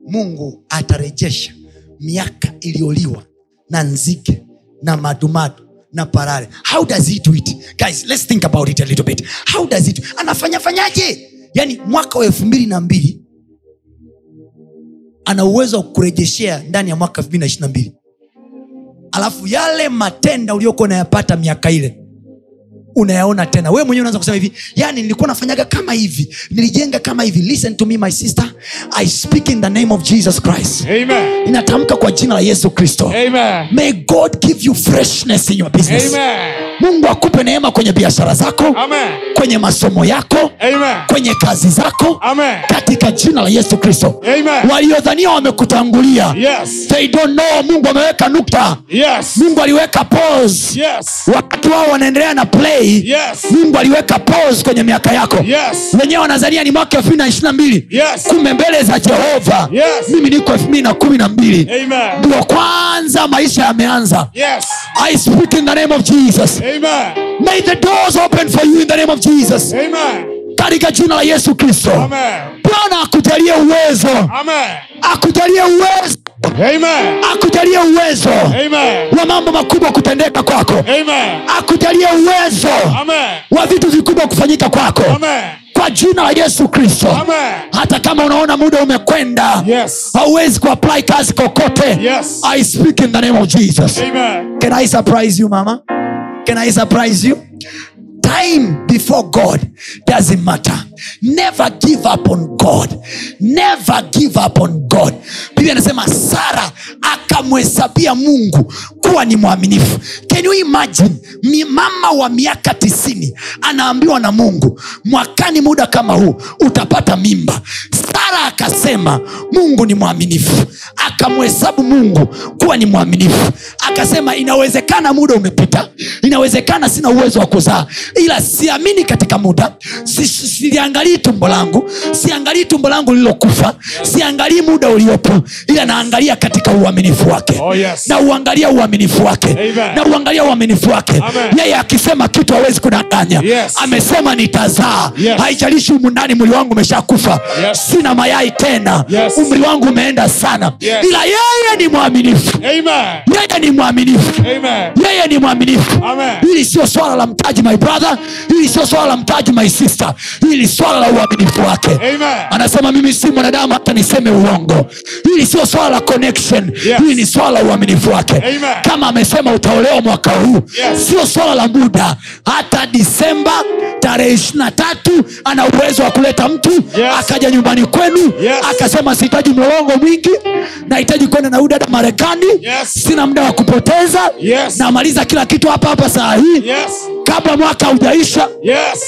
Speaker 1: mungu atarejesha miaka iliyoliwa na nzige na madumadu na parare how does he do it guys let's think about it a little bit how does it anafanya fanyaje yani mwaka wa elfu mbili na mbili ana uwezo wa kurejeshea ndani ya mwaka elfu mbili na ishiri na mbili alafu yale matenda uliokuwa unayapata miaka ile unayaona tena wewe mwenyewe unaanza kusema hivi yani nilikuwa nafanyaga kama hivi nilijenga kama hivi listen to me my sister i speak in the name of jesus christ
Speaker 3: Amen.
Speaker 1: ninatamka kwa jina la yesu kristo
Speaker 3: Amen.
Speaker 1: may god give you freshness in your business
Speaker 3: Amen.
Speaker 1: mungu akupe neema kwenye biashara zako
Speaker 3: Amen.
Speaker 1: kwenye masomo yako
Speaker 3: Amen.
Speaker 1: kwenye kazi zako
Speaker 3: Amen.
Speaker 1: katika jina la yesu kristo
Speaker 3: Amen.
Speaker 1: waliodhania wamekutangulia
Speaker 3: Yes.
Speaker 1: they don't know mungu ameweka nukta
Speaker 3: Yes.
Speaker 1: mungu aliweka pause
Speaker 3: Yes.
Speaker 1: wakati wao wanaendelea na play
Speaker 3: Yes.
Speaker 1: mungu aliweka pause kwenye miaka yako
Speaker 3: Yes.
Speaker 1: wenyewe wanazania ni mwaka elfu mbili na ishiri na mbili
Speaker 3: Yes.
Speaker 1: kumbe mbele za jehova
Speaker 3: Yes.
Speaker 1: mimi niko elfu mbili na kumi na mbili
Speaker 3: Amen.
Speaker 1: ndio kwanza maisha yameanza
Speaker 3: Yes.
Speaker 1: i speak in the name of jesus
Speaker 3: Amen.
Speaker 1: may the doors open for you in the name of jesus
Speaker 3: Amen.
Speaker 1: katika jina la yesu kristo
Speaker 3: Amen.
Speaker 1: bwana akujalie uwezo
Speaker 3: Amen.
Speaker 1: akujalie uwezo
Speaker 3: Amen.
Speaker 1: akujalie uwezo
Speaker 3: Amen.
Speaker 1: wa mambo makubwa kutendeka kwako
Speaker 3: Amen.
Speaker 1: akujalie uwezo
Speaker 3: Amen.
Speaker 1: wa vitu vikubwa kufanyika kwako
Speaker 3: Amen.
Speaker 1: kwa jina la yesu kristo
Speaker 3: Amen.
Speaker 1: hata kama unaona muda umekwenda
Speaker 3: Yes.
Speaker 1: hauwezi kuapply kazi kokote
Speaker 3: Yes.
Speaker 1: i speak in the name of jesus
Speaker 3: Amen.
Speaker 1: can i surprise you mama can i surprise you time before god doesn't matter never give up on god never give up on god biblia anasema sara akamhesabia mungu kuwa ni mwaminifu can you imagine mi- mama wa miaka tisini anaambiwa na mungu mwakani muda kama huu utapata mimba sara akasema mungu ni mwaminifu akamhesabu mungu kuwa ni mwaminifu akasema inawezekana muda umepita inawezekana sina uwezo wa kuzaa ila siamini katika muda si- si- siliangalii tumbo langu siangalii tumbo langu lililokufa siangalii muda uliopo ila naangalia katika uaminifu wake
Speaker 3: Oh, yes.
Speaker 1: na uangalia uaminifu wake
Speaker 3: Amen.
Speaker 1: na uangalia uaminifu wake
Speaker 3: Amen.
Speaker 1: yeye akisema kitu hawezi kudanganya
Speaker 3: Yes.
Speaker 1: amesema nitazaa
Speaker 3: Yes.
Speaker 1: haijalishi humu ndani mwili wangu umeshakufa
Speaker 3: Yes.
Speaker 1: sina mayai tena
Speaker 3: Yes.
Speaker 1: umri wangu umeenda sana
Speaker 3: Yes.
Speaker 1: ila yeye ni mwaminifu
Speaker 3: Amen.
Speaker 1: yeye ni mwaminifu
Speaker 3: Amen.
Speaker 1: yeye ni mwaminifu
Speaker 3: Amen.
Speaker 1: hili sio swala la mtaji my brother hili sio swala la mtaji my sister hili swala la uaminifu wake
Speaker 3: Amen.
Speaker 1: anasema mimi si mwanadamu hata niseme uongo hili sio swala la connection
Speaker 3: Yes.
Speaker 1: hili ni swala la uaminifu wake
Speaker 3: Amen.
Speaker 1: kama amesema utaolewa mwaka huu
Speaker 3: Yes.
Speaker 1: sio swala la muda hata disemba tarehe ishiri na tatu ana uwezo wa kuleta mtu
Speaker 3: Yes.
Speaker 1: akaja nyumbani kwenu
Speaker 3: Yes.
Speaker 1: akasema sihitaji mlolongo mwingi nahitaji kwenda na udada marekani
Speaker 3: Yes.
Speaker 1: sina muda wa kupoteza
Speaker 3: Yes.
Speaker 1: namaliza kila kitu hapa hapa saa hii
Speaker 3: Yes.
Speaker 1: kabla mwaka haujaisha
Speaker 3: Yes.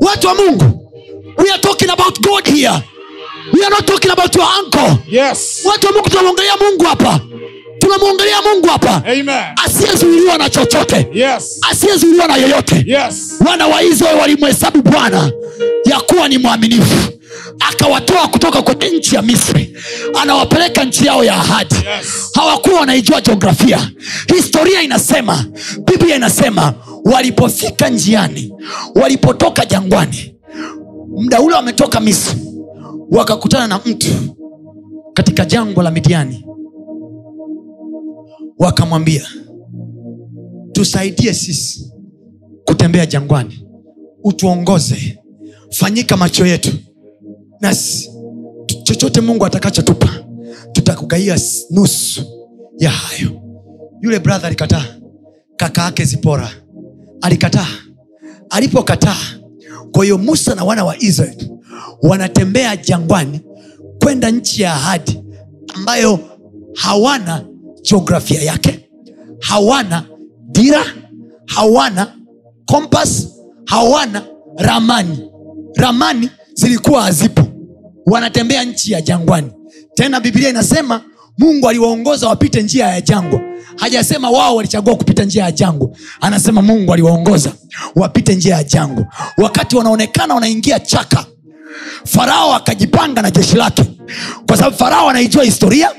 Speaker 1: watu wa mungu we are talking about god here we are not talking about your uncle
Speaker 3: Yes.
Speaker 1: watu wa mungu tunamwongelea mungu hapa tunamwongelea mungu hapa
Speaker 3: Amen.
Speaker 1: asiyezuiliwa na chochote
Speaker 3: Yes.
Speaker 1: asiyezuiliwa na yeyote
Speaker 3: Yes.
Speaker 1: wana wa israeli walimhesabu bwana ya kuwa ni mwaminifu akawatoa kutoka kwenye nchi ya misri anawapeleka nchi yao ya ahadi
Speaker 3: Yes.
Speaker 1: hawakuwa wanaijua jiografia historia inasema biblia inasema walipofika njiani walipotoka jangwani mda ule wametoka misri wakakutana na mtu katika jangwa la midiani wakamwambia tusaidie sisi kutembea jangwani utuongoze fanyika macho yetu nasi chochote mungu atakachotupa tutakugawia s- nusu ya hayo yule brother alikataa kaka yake zipora alikataa alipokataa kwa hiyo musa na wana wa israeli wanatembea jangwani kwenda nchi ya ahadi ambayo hawana jiografia yake hawana dira hawana kompas hawana ramani ramani zilikuwa hazipo wanatembea nchi ya jangwani tena biblia inasema mungu aliwaongoza wapite njia ya jangwa hajasema wao walichagua kupita njia ya jangwa anasema mungu aliwaongoza wapite njia ya jangwa wakati wanaonekana wanaingia chaka farao akajipanga na jeshi lake kwa sababu farao anaijua historia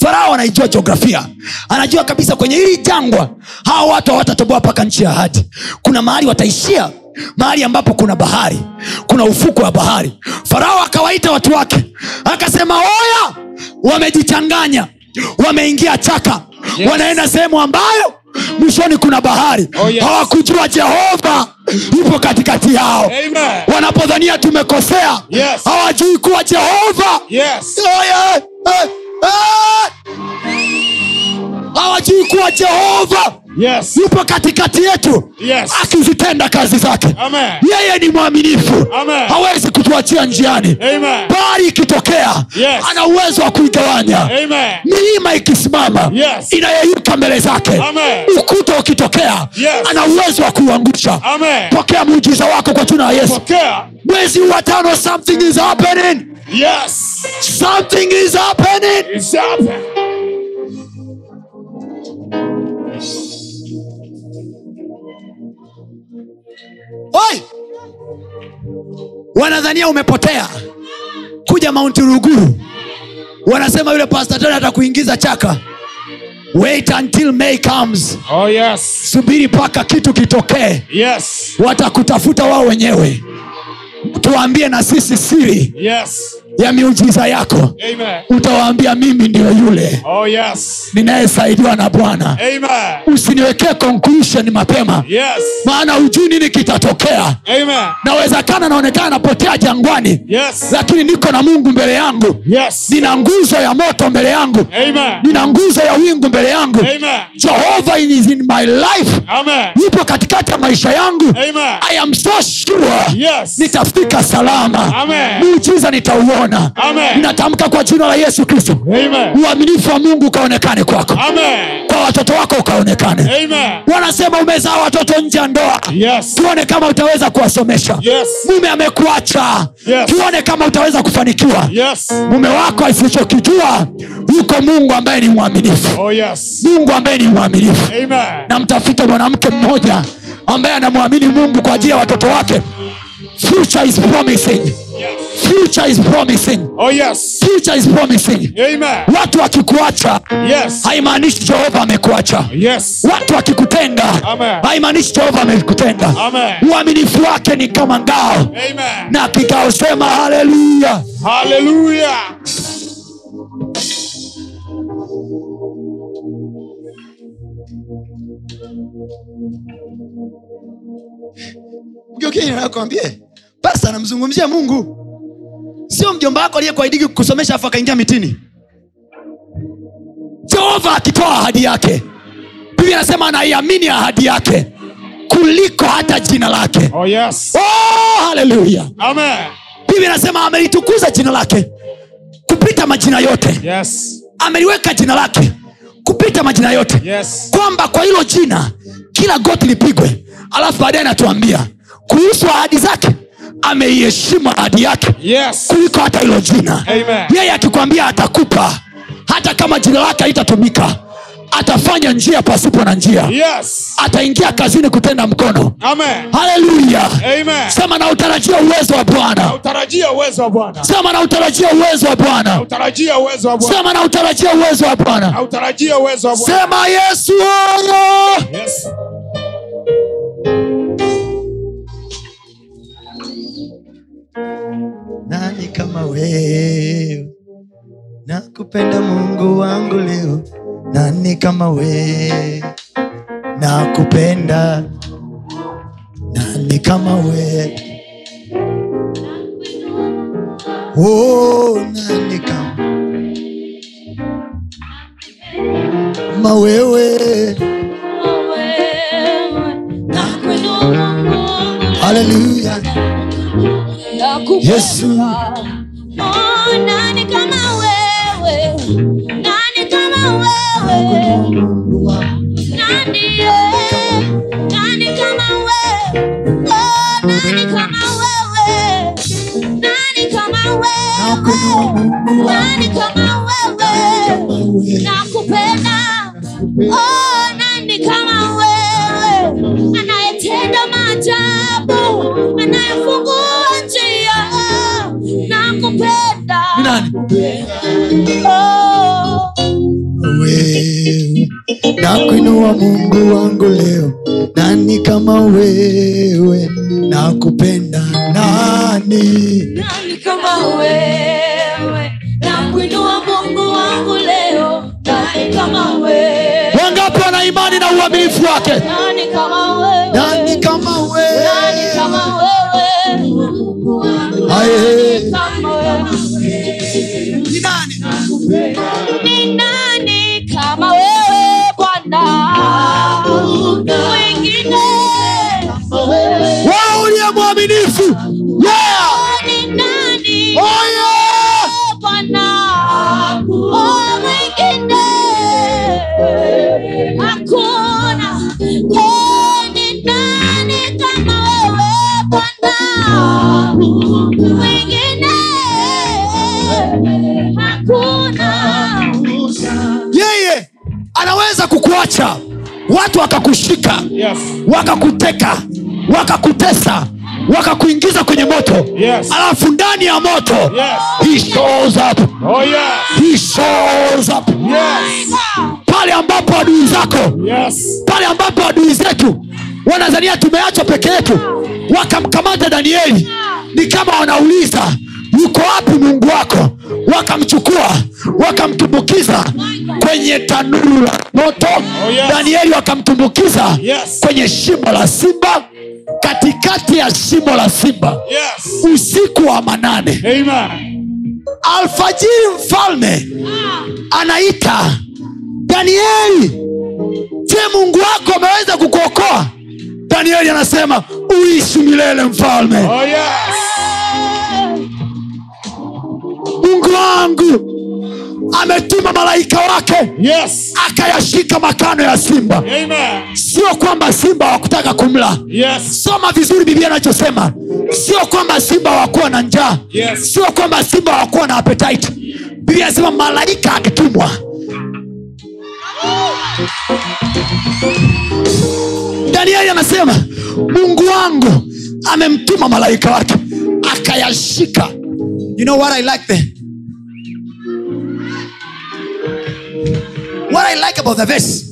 Speaker 1: farao anaijua jiografia anajua kabisa kwenye hili jangwa hawa watu hawatatoboa mpaka nchi ya hadi kuna mahali wataishia mahali ambapo kuna bahari kuna ufuko wa bahari farao akawaita watu wake akasema oya wamejichanganya wameingia chaka yes. wanaenda sehemu ambayo mwishoni kuna bahari
Speaker 2: Oh, yes.
Speaker 1: hawakujua jehova yupo katikati yao
Speaker 2: Amen.
Speaker 1: wanapodhania tumekosea
Speaker 2: Yes.
Speaker 1: hawajui kuwa jehova
Speaker 2: Yes.
Speaker 1: Oye, eh, eh. hawajui kuwa jehova
Speaker 2: Yes.
Speaker 1: yupo katikati yetu
Speaker 2: Yes.
Speaker 1: akizitenda kazi zake
Speaker 2: Amen.
Speaker 1: yeye ni mwaminifu
Speaker 2: Amen.
Speaker 1: hawezi kutuachia njiani
Speaker 2: Amen.
Speaker 1: bahari ikitokea
Speaker 2: Yes.
Speaker 1: ana uwezo wa kuigawanya
Speaker 2: Amen.
Speaker 1: milima ikisimama
Speaker 2: Yes.
Speaker 1: inayeyuka mbele zake
Speaker 2: Amen.
Speaker 1: ukuta ukitokea
Speaker 2: Yes.
Speaker 1: ana uwezo wa kuuangusha
Speaker 2: Amen.
Speaker 1: pokea muujiza wako kwa jina la yesu
Speaker 2: Pokea.
Speaker 1: mwezi wa tano something is happening
Speaker 2: Yes.
Speaker 1: something is happening
Speaker 2: It's happened.
Speaker 1: Oi! wanadhania umepotea kuja mount ruguru wanasema yule pastatoni atakuingiza chaka wait until may comes
Speaker 2: Oh yes.
Speaker 1: subiri mpaka kitu kitokee
Speaker 2: Yes.
Speaker 1: watakutafuta wao wenyewe tuwaambie na sisi siri
Speaker 2: Yes.
Speaker 1: ya miujiza yako
Speaker 2: Amen.
Speaker 1: utawaambia mimi ndiyo yule
Speaker 2: Oh yes.
Speaker 1: ninayesaidiwa na bwana
Speaker 2: Amen.
Speaker 1: usiniwekee conclusion mapema
Speaker 2: Yes.
Speaker 1: maana hujui nini kitatokea
Speaker 2: Amen.
Speaker 1: nawezekana naonekana napotea jangwani
Speaker 2: Yes.
Speaker 1: lakini niko na mungu mbele yangu
Speaker 2: Yes.
Speaker 1: nina nguzo ya moto mbele yangu
Speaker 2: Amen.
Speaker 1: nina nguzo ya wingu mbele yangu
Speaker 2: Amen.
Speaker 1: jehova is in my life
Speaker 2: Amen.
Speaker 1: yupo katikati ya maisha yangu
Speaker 2: Amen.
Speaker 1: i am so sure
Speaker 2: Yes.
Speaker 1: nitafika salama
Speaker 2: Amen.
Speaker 1: miujiza nitauona
Speaker 2: Amen.
Speaker 1: ninatamka kwa jina la yesu kristo
Speaker 2: Amen.
Speaker 1: uaminifu wa mungu ukaonekane kwako
Speaker 2: Amen.
Speaker 1: kwa watoto wako ukaonekane
Speaker 2: Amen.
Speaker 1: wanasema umezaa watoto nje ya ndoa
Speaker 2: Yes.
Speaker 1: tuone kama utaweza kuwasomesha
Speaker 2: Yes.
Speaker 1: mume amekuacha
Speaker 2: Yes.
Speaker 1: tuone kama utaweza kufanikiwa
Speaker 2: Yes.
Speaker 1: mume wako asichokijua yuko mungu ambaye ni mwaminifu
Speaker 2: Oh yes.
Speaker 1: mungu ambaye ni mwaminifu
Speaker 2: Amen.
Speaker 1: namtafuta mwanamke mmoja ambaye anamwamini mungu kwa ajili ya watoto wake future is promising
Speaker 2: Yes.
Speaker 1: future is promising
Speaker 2: Oh yes.
Speaker 1: future is promising
Speaker 2: Amen.
Speaker 1: watu wakikuacha
Speaker 2: Yes.
Speaker 1: haimaanishi jehova amekuacha
Speaker 2: Yes.
Speaker 1: watu wakikutenga
Speaker 2: Amen.
Speaker 1: haimaanishi jehova amekutenga
Speaker 2: Amen.
Speaker 1: uaminifu wake ni kama ngao
Speaker 2: Amen.
Speaker 1: na kikaosema haleluya
Speaker 2: Hallelujah.
Speaker 1: nakwambie pasta anamzungumzia mungu sio mjomba wako aliyekuaidiki kukusomesha afu akaingia mitini jehova akitoa ahadi yake biblia anasema anaiamini ahadi yake kuliko hata jina lake
Speaker 2: Oh yes.
Speaker 1: oh, haleluya
Speaker 2: Amen.
Speaker 1: biblia anasema amelitukuza jina lake kupita majina yote
Speaker 2: Yes.
Speaker 1: ameliweka jina lake kupita majina yote
Speaker 2: Yes.
Speaker 1: kwamba kwa hilo jina kila goti lipigwe alafu baadaye anatuambia kuhusu ahadi zake ameiheshimu ahadi yake
Speaker 2: Yes.
Speaker 1: kuliko hata hilo jina
Speaker 2: Amen.
Speaker 1: yeye akikwambia atakupa hata kama jina lake haitatumika atafanya njia pasipo na njia
Speaker 2: Yes.
Speaker 1: ataingia kazini kutenda mkono
Speaker 2: Amen.
Speaker 1: haleluya
Speaker 2: Amen.
Speaker 1: sema na utarajia uwezo wa bwana
Speaker 2: Utarajia uwezo wa Bwana.
Speaker 1: sema na utarajia uwezo wa bwana
Speaker 2: Utarajia uwezo wa Bwana.
Speaker 1: sema na utarajia uwezo wa bwana
Speaker 2: Utarajia uwezo wa Bwana.
Speaker 1: sema yesu oyo
Speaker 2: Yes.
Speaker 4: nani kama wewe nakupenda mungu wangu leo nani kama wewe nakupenda nani kama wewe oh, nani kama
Speaker 1: kama wewe haleluya Yesu.
Speaker 5: nani kama wewe nani kama wewe Nani, eh, nani kama wewe? Oh, nani kama wewe? Nani kama wewe? Nani kama wewe? Nakupenda. Oh, nani kama wewe? Anayetenda maajabu, anayefungua njia. Nakupenda. Oh.
Speaker 1: wewe na kuinua mungu wangu leo nani kama wewe na kupenda nani
Speaker 5: nani kama wewe nakuinua mungu wangu leo nani kama wewe
Speaker 1: wangapi wana imani na uaminifu wake
Speaker 5: nani kama wewe
Speaker 1: nani kama
Speaker 5: Nani
Speaker 1: wewe
Speaker 5: kama wewe
Speaker 1: Aye.
Speaker 5: kama wewe ni nani kama wewe bwana wengine
Speaker 1: wao uliye mwaminifu yeah!
Speaker 5: ni nani
Speaker 1: oh, yeah!
Speaker 5: Bwana, oh, mwingine hakuna. Eh, ni nani kama wewe Bwana? Mwingine hakuna.
Speaker 1: yeye anaweza kukuacha watu wakakushika
Speaker 2: Yes.
Speaker 1: wakakuteka wakakutesa wakakuingiza kwenye moto
Speaker 2: Yes.
Speaker 1: alafu ndani ya moto
Speaker 2: Yes.
Speaker 1: he shows up.
Speaker 2: Oh, yes.
Speaker 1: He shows up.
Speaker 2: Yes.
Speaker 1: pale ambapo adui zako
Speaker 2: Yes.
Speaker 1: pale ambapo adui zetu wanazania tumeachwa peke yetu wakamkamata danieli ni kama wanauliza yuko wapi mungu wako wakamchukua wakamtumbukiza kwenye tanuru la moto
Speaker 2: Oh, yes.
Speaker 1: danieli wakamtumbukiza
Speaker 2: Yes.
Speaker 1: kwenye shimo la simba katikati ya shimo la simba
Speaker 2: Yes.
Speaker 1: usiku wa manane
Speaker 2: Amen.
Speaker 1: alfajiri mfalme anaita danieli je mungu wako ameweza kukuokoa danieli anasema uishi milele mfalme
Speaker 2: Oh, yes.
Speaker 1: mungu wangu ametuma malaika wake
Speaker 2: Yes.
Speaker 1: akayashika makano ya simba
Speaker 2: Amen.
Speaker 1: sio kwamba simba wakutaka kumla
Speaker 2: Yes.
Speaker 1: soma vizuri biblia anachosema sio kwamba simba hawakuwa na njaa
Speaker 2: Yes.
Speaker 1: sio kwamba simba hawakuwa na appetite biblia anasema malaika akitumwa danieli anasema mungu wangu amemtuma malaika wake akayashika you know what I like there? what I like about the verse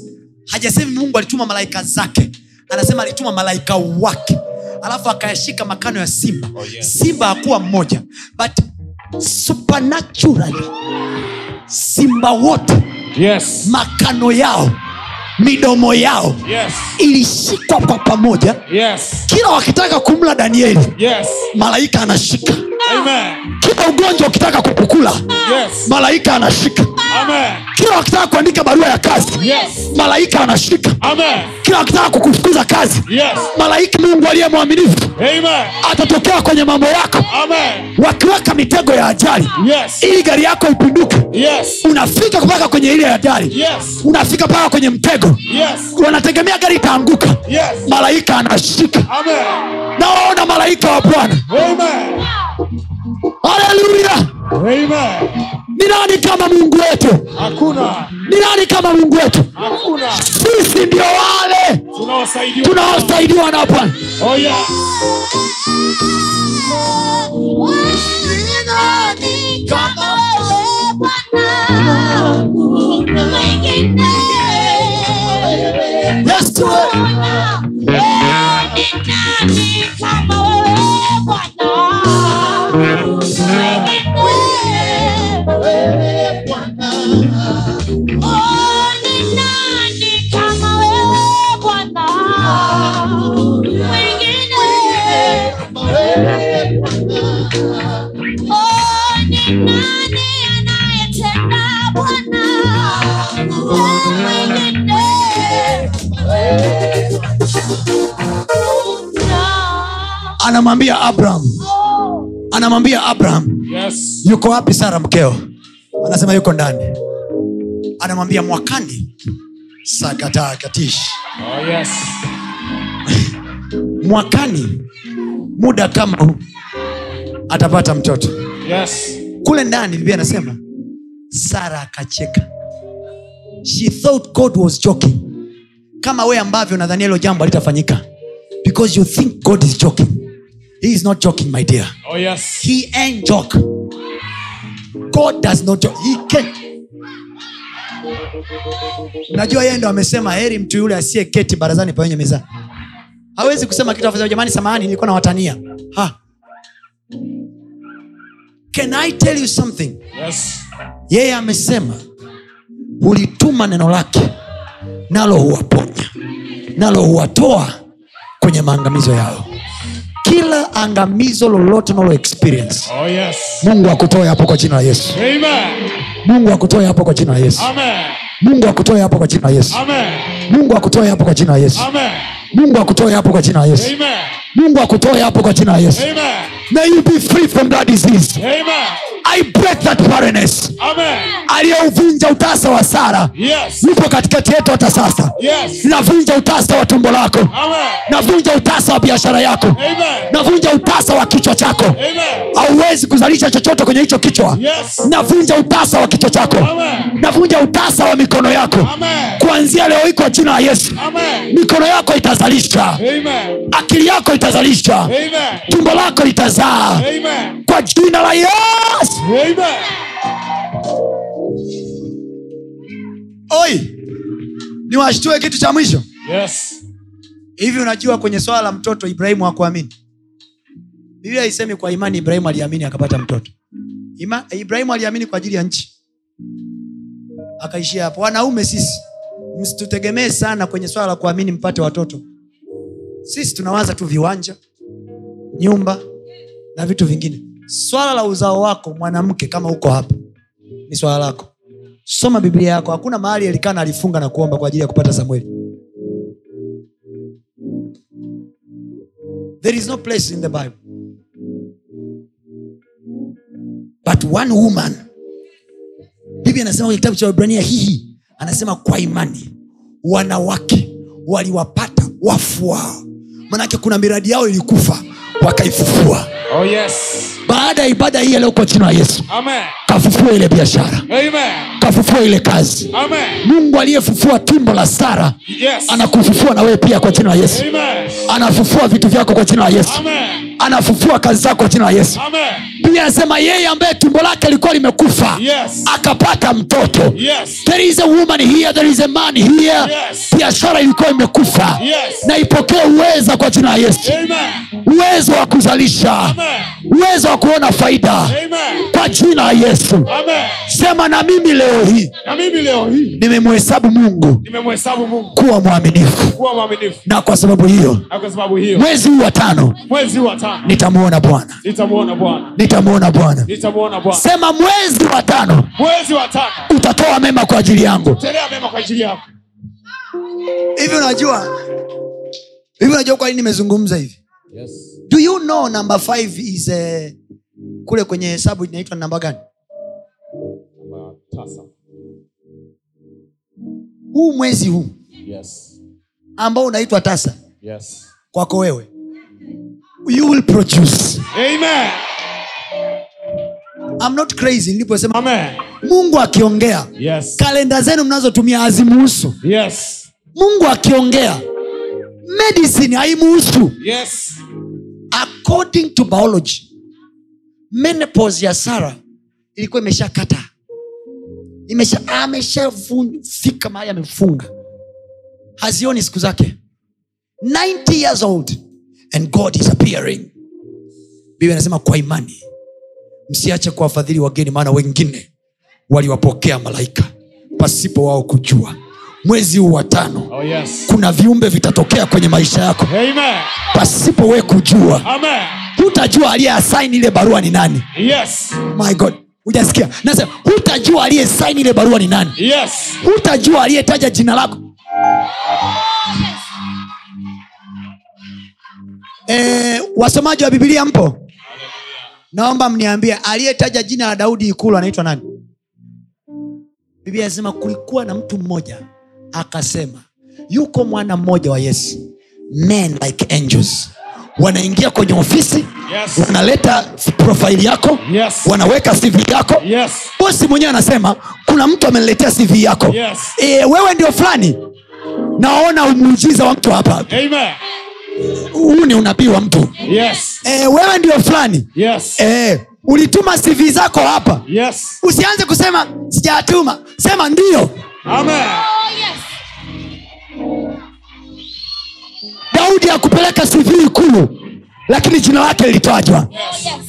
Speaker 1: hajasemi mungu alituma malaika zake anasema alituma malaika wake alafu akayashika makano ya simba oh,
Speaker 2: yeah.
Speaker 1: simba hakuwa mmoja but supernaturally simba wote
Speaker 2: Yes.
Speaker 1: makano yao midomo yao
Speaker 2: Yes.
Speaker 1: ilishikwa kwa pamoja
Speaker 2: Yes.
Speaker 1: kila wakitaka kumla danieli
Speaker 2: Yes.
Speaker 1: malaika anashika
Speaker 2: Amen.
Speaker 1: kila ugonjwa ukitaka kukukula
Speaker 2: Yes.
Speaker 1: malaika anashika
Speaker 2: Amen.
Speaker 1: kila wakitaka kuandika barua ya kazi
Speaker 2: Yes.
Speaker 1: malaika anashika
Speaker 2: Amen.
Speaker 1: kila wakitaka kukufukuza kazi
Speaker 2: Yes.
Speaker 1: malaika mungu aliye mwaminifu
Speaker 2: Amen.
Speaker 1: atatokea kwenye mambo yako
Speaker 2: Amen.
Speaker 1: wakiweka mitego ya ajali
Speaker 2: Yes.
Speaker 1: ili gari yako ipinduke
Speaker 2: Yes.
Speaker 1: unafika mpaka kwenye ile ajali
Speaker 2: Yes.
Speaker 1: unafika mpaka kwenye mtego
Speaker 2: Yes.
Speaker 1: wanategemea gari itaanguka
Speaker 2: Yes.
Speaker 1: malaika anashika
Speaker 2: Amen.
Speaker 1: nawaona malaika wa bwana
Speaker 2: Amen.
Speaker 1: haleluya
Speaker 2: Amen.
Speaker 1: ni nani kama mungu wetu
Speaker 2: Hakuna.
Speaker 1: ni nani kama mungu wetu
Speaker 2: Hakuna.
Speaker 1: sisi ndio wale
Speaker 2: Tunawasaidia.
Speaker 1: tunaosaidiwa na bwana
Speaker 2: Oh yes.
Speaker 1: yesu wewe.
Speaker 5: Oh, ni nani anayetenda Bwana? Oh, mwingine
Speaker 1: anamwambia abraham anamwambia abraham
Speaker 2: Yes.
Speaker 1: yuko wapi sara mkeo anasema yuko ndani anamwambia mwakani sakatakatishi
Speaker 2: Oh, yes.
Speaker 1: mwakani muda kama huu atapata mtoto
Speaker 2: Yes.
Speaker 1: kule ndani biblia anasema sara akacheka she thought god was joking kama we ambavyo nadhania hilo jambo alitafanyika because you think god is joking he is not joking my dear
Speaker 2: Oh, yes.
Speaker 1: he ain't joke god does not joke. he can't najua yeye ndo amesema heri mtu yule asiye keti barazani pawenye meza hawezi kusema kitu afasema jamani samahani nilikuwa nawatania ha. can i tell you something
Speaker 2: Yes.
Speaker 1: yeye amesema hulituma neno lake nalo huwaponya nalo huwatoa kwenye maangamizo yao kila angamizo lolote unalo experience
Speaker 2: Oh, yes.
Speaker 1: mungu akutoe hapo kwa jina la yesu
Speaker 2: Amen.
Speaker 1: mungu akutoe hapo kwa jina la yesu
Speaker 2: Amen.
Speaker 1: mungu akutoe hapo kwa jina la yesu
Speaker 2: Amen.
Speaker 1: mungu akutoe hapo kwa jina la yesu
Speaker 2: Amen.
Speaker 1: mungu akutoe hapo kwa jina la yesu
Speaker 2: Amen.
Speaker 1: mungu akutoe hapo kwa jina la yesu
Speaker 2: Amen.
Speaker 1: may you be free from that disease
Speaker 2: Amen.
Speaker 1: i break that barrenness
Speaker 2: Amen.
Speaker 1: aliyeuvunja utasa wa sara
Speaker 2: Yes.
Speaker 1: yupo katikati yetu hata sasa
Speaker 2: Yes.
Speaker 1: navunja utasa wa tumbo lako
Speaker 2: Amen.
Speaker 1: navunja utasa wa biashara yako
Speaker 2: Amen.
Speaker 1: navunja utasa wa kichwa chako
Speaker 2: Amen.
Speaker 1: hauwezi kuzalisha chochote kwenye hicho kichwa
Speaker 2: Yes.
Speaker 1: navunja utasa wa kichwa chako
Speaker 2: Amen.
Speaker 1: navunja utasa wa mikono yako
Speaker 2: Amen.
Speaker 1: kuanzia leo hii kwa jina la yesu
Speaker 2: Amen.
Speaker 1: mikono yako itazalisha
Speaker 2: Amen.
Speaker 1: akili yako itazalisha
Speaker 2: Amen.
Speaker 1: tumbo lako litazaa
Speaker 2: Amen.
Speaker 1: kwa jina la yesu
Speaker 2: Amen.
Speaker 1: oi niwashtue kitu cha mwisho
Speaker 2: Yes.
Speaker 1: hivi unajua kwenye swala la mtoto ibrahimu hakuamini biblia haisemi kwa imani ibrahimu aliamini akapata mtoto Ima, ibrahimu aliamini kwa ajili ya nchi akaishia hapo wanaume sisi msitutegemee sana kwenye swala la kuamini mpate watoto sisi tunawaza tu viwanja nyumba na vitu vingine swala la uzao wako mwanamke kama uko hapa ni swala lako soma biblia yako hakuna mahali elikana alifunga na kuomba kwa ajili ya kupata samueli There is no place in the Bible. But one woman, Biblia anasema kwenye kitabu cha Waebrania hii, anasema kwa imani wanawake waliwapata wafu wao, manake kuna miradi yao ilikufa wakaifufua.
Speaker 2: Oh, yes.
Speaker 1: Baada ya ibada hii leo kwa jina la Yesu,
Speaker 2: Amen.
Speaker 1: kafufua ile biashara,
Speaker 2: Amen.
Speaker 1: kafufua ile kazi.
Speaker 2: Amen.
Speaker 1: Mungu aliyefufua tumbo la Sara
Speaker 2: Yes.
Speaker 1: anakufufua na wewe pia kwa jina la Yesu,
Speaker 2: Amen.
Speaker 1: anafufua vitu vyako kwa jina la Yesu.
Speaker 2: Amen.
Speaker 1: anafufua kazi zako kwa jina la yesu
Speaker 2: Amen.
Speaker 1: pia anasema yeye ambaye tumbo lake lilikuwa limekufa
Speaker 2: Yes.
Speaker 1: akapata mtoto
Speaker 2: Yes.
Speaker 1: there is a woman here there is a man here
Speaker 2: Yes.
Speaker 1: biashara ilikuwa imekufa
Speaker 2: Yes.
Speaker 1: na ipokee uweza kwa jina la yesu
Speaker 2: Amen.
Speaker 1: uwezo wa kuzalisha
Speaker 2: Amen.
Speaker 1: uwezo wa kuona faida
Speaker 2: Amen.
Speaker 1: kwa jina la yesu
Speaker 2: Amen.
Speaker 1: sema na mimi leo hii
Speaker 2: Na mimi leo hii
Speaker 1: nimemhesabu mungu
Speaker 2: nimemhesabu Mungu
Speaker 1: kuwa mwaminifu
Speaker 2: kuwa mwaminifu,
Speaker 1: na kwa sababu hiyo
Speaker 2: na kwa sababu hiyo
Speaker 1: mwezi huu wa tano
Speaker 2: mwezi wa tano
Speaker 1: nitamwona bwana
Speaker 2: nitamwona Bwana,
Speaker 1: nitamwona bwana
Speaker 2: nitamwona Bwana
Speaker 1: sema mwezi wa tano
Speaker 2: mwezi wa tano.
Speaker 1: utatoa mema kwa ajili yangu
Speaker 2: Tendea mema kwa ajili yako.
Speaker 1: hivi unajua hivi unajua kwa nini nimezungumza hivi
Speaker 2: Yes.
Speaker 1: do you know number five is eh, kule kwenye hesabu inaitwa namba gani
Speaker 2: Matasa.
Speaker 1: huu mwezi huu
Speaker 2: Yes.
Speaker 1: ambao unaitwa tasa
Speaker 2: Yes.
Speaker 1: kwako wewe you will produce
Speaker 2: Amen.
Speaker 1: I'm not crazy niliposema
Speaker 2: Amen.
Speaker 1: mungu akiongea
Speaker 2: Yes.
Speaker 1: kalenda zenu mnazotumia hazimuhusu
Speaker 2: Yes.
Speaker 1: mungu akiongea medicine haimuhusu
Speaker 2: Yes.
Speaker 1: according to biology menopause ya sara ilikuwa imeshakata imesha ameshafika mahali amefunga hazioni siku zake 90 years old and god is appearing bibi anasema kwa imani msiache kuwafadhili wageni maana wengine waliwapokea malaika pasipo wao kujua mwezi huu wa tano
Speaker 2: Oh yes.
Speaker 1: kuna viumbe vitatokea kwenye maisha yako
Speaker 2: Amen.
Speaker 1: pasipo we kujua
Speaker 2: Amen.
Speaker 1: hutajua aliyesaini ile barua ni nani
Speaker 2: Yes.
Speaker 1: my god hujasikia nasema hutajua aliyesaini ile barua ni nani
Speaker 2: Yes.
Speaker 1: hutajua aliyetaja jina lako e, wasemaji wa bibilia mpo naomba mniambie aliyetaja jina la daudi ikulu anaitwa nani biblia inasema kulikuwa na mtu mmoja akasema yuko mwana mmoja wa yesu men like angels wanaingia kwenye ofisi
Speaker 2: Yes.
Speaker 1: wanaleta profaili yako
Speaker 2: Yes.
Speaker 1: wanaweka cv yako
Speaker 2: Yes.
Speaker 1: bosi mwenyewe anasema kuna mtu ameniletea cv yako
Speaker 2: Yes.
Speaker 1: e, wewe ndio fulani naona umuujiza wa mtu hapa
Speaker 2: Amen.
Speaker 1: huu ni unabii wa mtu
Speaker 2: Yes.
Speaker 1: e, wewe ndio fulani
Speaker 2: Yes.
Speaker 1: e, ulituma cv zako hapa
Speaker 2: Yes.
Speaker 1: usianze kusema sijatuma sema ndio
Speaker 2: Amen.
Speaker 1: daudi akupeleka cv ikulu lakini jina lake lilitajwa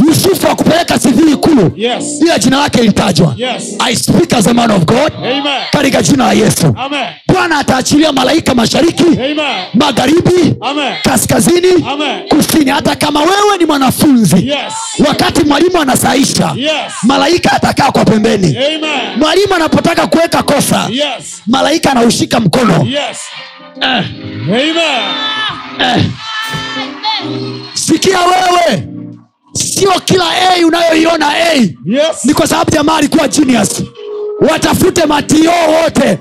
Speaker 1: yusufu akupeleka cv ikulu
Speaker 2: Yes.
Speaker 1: ila jina lake lilitajwa
Speaker 2: Yes.
Speaker 1: i speak as a man of god
Speaker 2: Amen.
Speaker 1: katika jina la yesu
Speaker 2: Amen.
Speaker 1: bwana ataachilia malaika mashariki
Speaker 2: Amen.
Speaker 1: magharibi
Speaker 2: Amen.
Speaker 1: kaskazini
Speaker 2: Amen.
Speaker 1: kusini hata kama wewe ni mwanafunzi
Speaker 2: Yes.
Speaker 1: wakati mwalimu anasaisha
Speaker 2: Yes.
Speaker 1: malaika atakaa kwa pembeni
Speaker 2: Amen.
Speaker 1: mwalimu anapotaka kuweka kosa
Speaker 2: Yes.
Speaker 1: malaika anaushika mkono Eh,
Speaker 2: Yes. Amen.
Speaker 1: sikia wewe sio kila a unayoiona a
Speaker 2: Yes.
Speaker 1: ni kwa sababu jamaa alikuwa genius watafute matio wote
Speaker 2: Yes.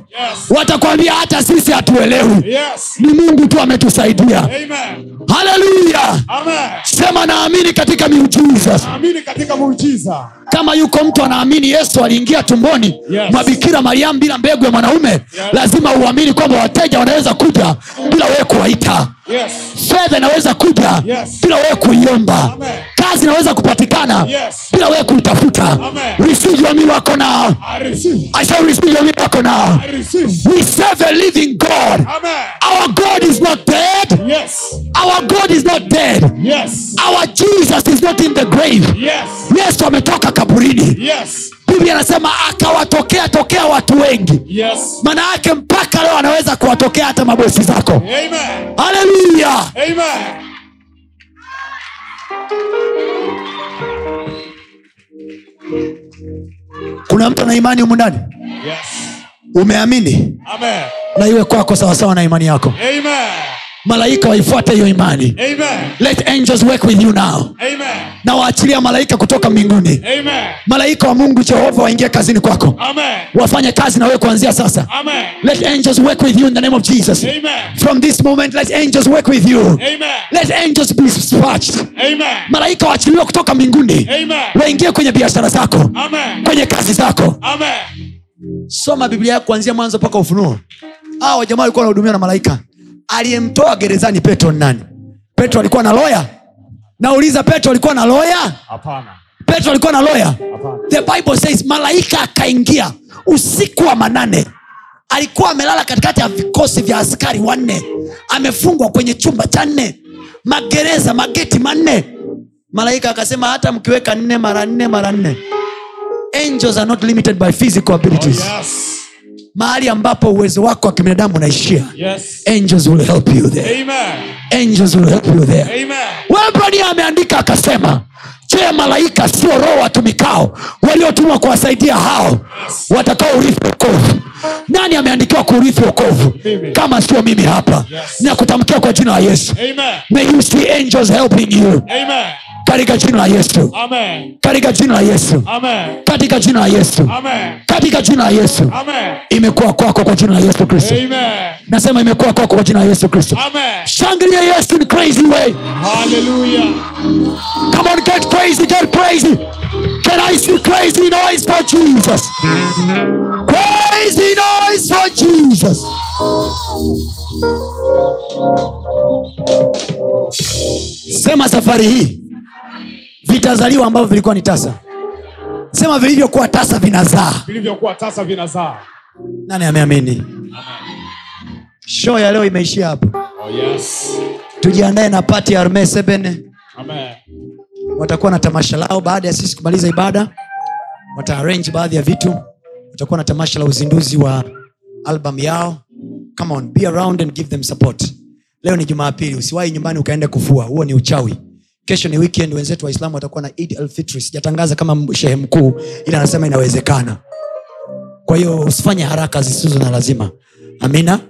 Speaker 1: watakwambia hata sisi hatuelewi
Speaker 2: Yes.
Speaker 1: ni mungu tu ametusaidia
Speaker 2: Amen.
Speaker 1: haleluya
Speaker 2: Amen.
Speaker 1: sema naamini katika miujiza
Speaker 2: Amini katika muujiza.
Speaker 1: kama yuko mtu anaamini yesu aliingia tumboni
Speaker 2: Yes.
Speaker 1: mwa bikira mariamu bila mbegu ya mwanaume lazima uamini kwamba wateja wanaweza kuja bila wewe kuwaita
Speaker 2: Yes.
Speaker 1: fedha inaweza kuja
Speaker 2: Yes.
Speaker 1: bila wewe kuiomba
Speaker 2: Amen.
Speaker 1: kazi inaweza kupatikana
Speaker 2: Yes.
Speaker 1: bila wewe kuitafuta
Speaker 2: Amen.
Speaker 1: receive your miracle now
Speaker 2: I receive.
Speaker 1: i shall receive your miracle now
Speaker 2: I receive.
Speaker 1: we serve a living god
Speaker 2: Amen.
Speaker 1: our god is not dead
Speaker 2: Yes.
Speaker 1: our god is not dead
Speaker 2: Yes.
Speaker 1: our jesus is not in the grave
Speaker 2: Yes.
Speaker 1: yesu ametoka kaburini
Speaker 2: Yes.
Speaker 1: biblia anasema akawatokea tokea watu wengi
Speaker 2: Yes.
Speaker 1: maana yake mpaka leo anaweza kuwatokea hata mabosi zako
Speaker 2: Amen.
Speaker 1: haleluya
Speaker 2: Amen.
Speaker 1: kuna mtu ana imani humu ndani
Speaker 2: Yes.
Speaker 1: umeamini
Speaker 2: Amen.
Speaker 1: na iwe kwako sawasawa na imani yako
Speaker 2: Amen.
Speaker 1: malaika waifuate hiyo imani
Speaker 2: Amen.
Speaker 1: let angels work with you now
Speaker 2: Amen.
Speaker 1: na waachilia malaika kutoka mbinguni
Speaker 2: Amen.
Speaker 1: malaika wa mungu jehova waingie kazini kwako
Speaker 2: Amen.
Speaker 1: wafanye kazi na wewe kuanzia sasa
Speaker 2: Amen.
Speaker 1: let angels work with you in the name of jesus
Speaker 2: Amen.
Speaker 1: from this moment let angels work with you
Speaker 2: Amen.
Speaker 1: let angels be dispatched
Speaker 2: Amen.
Speaker 1: malaika waachiliwa kutoka mbinguni
Speaker 2: Amen.
Speaker 1: waingie kwenye biashara zako
Speaker 2: Amen.
Speaker 1: kwenye kazi zako
Speaker 2: Amen.
Speaker 1: soma biblia yako kuanzia mwanzo mpaka ufunuo awa jamaa walikuwa wanahudumiwa na malaika aliyemtoa gerezani petro ni nani petro alikuwa na loya nauliza petro alikuwa na loya
Speaker 2: Hapana.
Speaker 1: petro alikuwa na loya
Speaker 2: Hapana.
Speaker 1: the bible says malaika akaingia usiku wa manane alikuwa amelala katikati ya vikosi vya askari wanne amefungwa kwenye chumba cha nne magereza mageti manne malaika akasema hata mkiweka nne mara nne mara nne angels are not limited by physical abilities
Speaker 2: Oh, Yes.
Speaker 1: mahali ambapo uwezo wako wa kibinadamu unaishia
Speaker 2: Yes.
Speaker 1: angels will help you there
Speaker 2: Amen.
Speaker 1: angels will help you there
Speaker 2: Amen.
Speaker 1: webrania ameandika akasema je malaika sio roho watumikao waliotumwa kuwasaidia hao watakao urithi wokovu nani ameandikiwa kuurithi wokovu
Speaker 2: Mimi.
Speaker 1: kama sio mimi hapa
Speaker 2: Yes.
Speaker 1: nakutamkia kwa jina la yesu
Speaker 2: Amen.
Speaker 1: may you see angels helping you
Speaker 2: Amen.
Speaker 1: katika jina la yesu
Speaker 2: Amen.
Speaker 1: katika jina la yesu
Speaker 2: Amen.
Speaker 1: katika jina la yesu
Speaker 2: Amen.
Speaker 1: katika jina la yesu
Speaker 2: Amen.
Speaker 1: imekuwa kwako kwa jina la yesu kristo
Speaker 2: Amen.
Speaker 1: nasema imekuwa kwako kwa jina la yesu kristo
Speaker 2: Amen.
Speaker 1: shangilia yesu in crazy way
Speaker 2: Hallelujah.
Speaker 1: Come on, get crazy, get crazy. Can I see crazy noise for Jesus? Crazy noise for Jesus. Sema safari hii vitazaliwa ambavyo vilikuwa ni tasa. Sema vilivyokuwa tasa vinazaa.
Speaker 2: Vilivyokuwa tasa vinazaa.
Speaker 1: Nani ameamini? Show ya leo imeishia hapo.
Speaker 2: Oh yes.
Speaker 1: Tujiandae na pati ya Arme Sebene.
Speaker 2: Amen.
Speaker 1: watakuwa na tamasha lao baada ya sisi kumaliza ibada wataarrange baadhi ya vitu watakuwa na tamasha la uzinduzi wa album yao come on be around and give them support leo ni jumapili usiwahi nyumbani ukaenda kufua huo ni uchawi kesho ni weekend wenzetu waislamu watakuwa na Eid al-Fitr sijatangaza kama m- shehe mkuu ila anasema inawezekana kwa hiyo usifanye haraka zisizo na lazima amina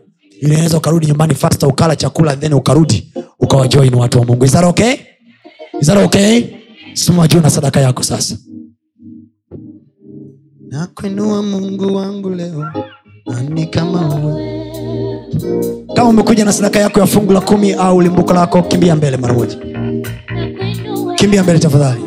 Speaker 1: Ili unaweza ukarudi nyumbani fasta ukala chakula then ukarudi ukawajoin watu wa mungu Is that okay? Is that okay? simama juu na sadaka yako sasa nakuinua mungu wangu leo nani kama wewe kama umekuja na sadaka yako ya fungu la kumi au limbuko lako kimbia mbele mara moja kimbia mbele tafadhali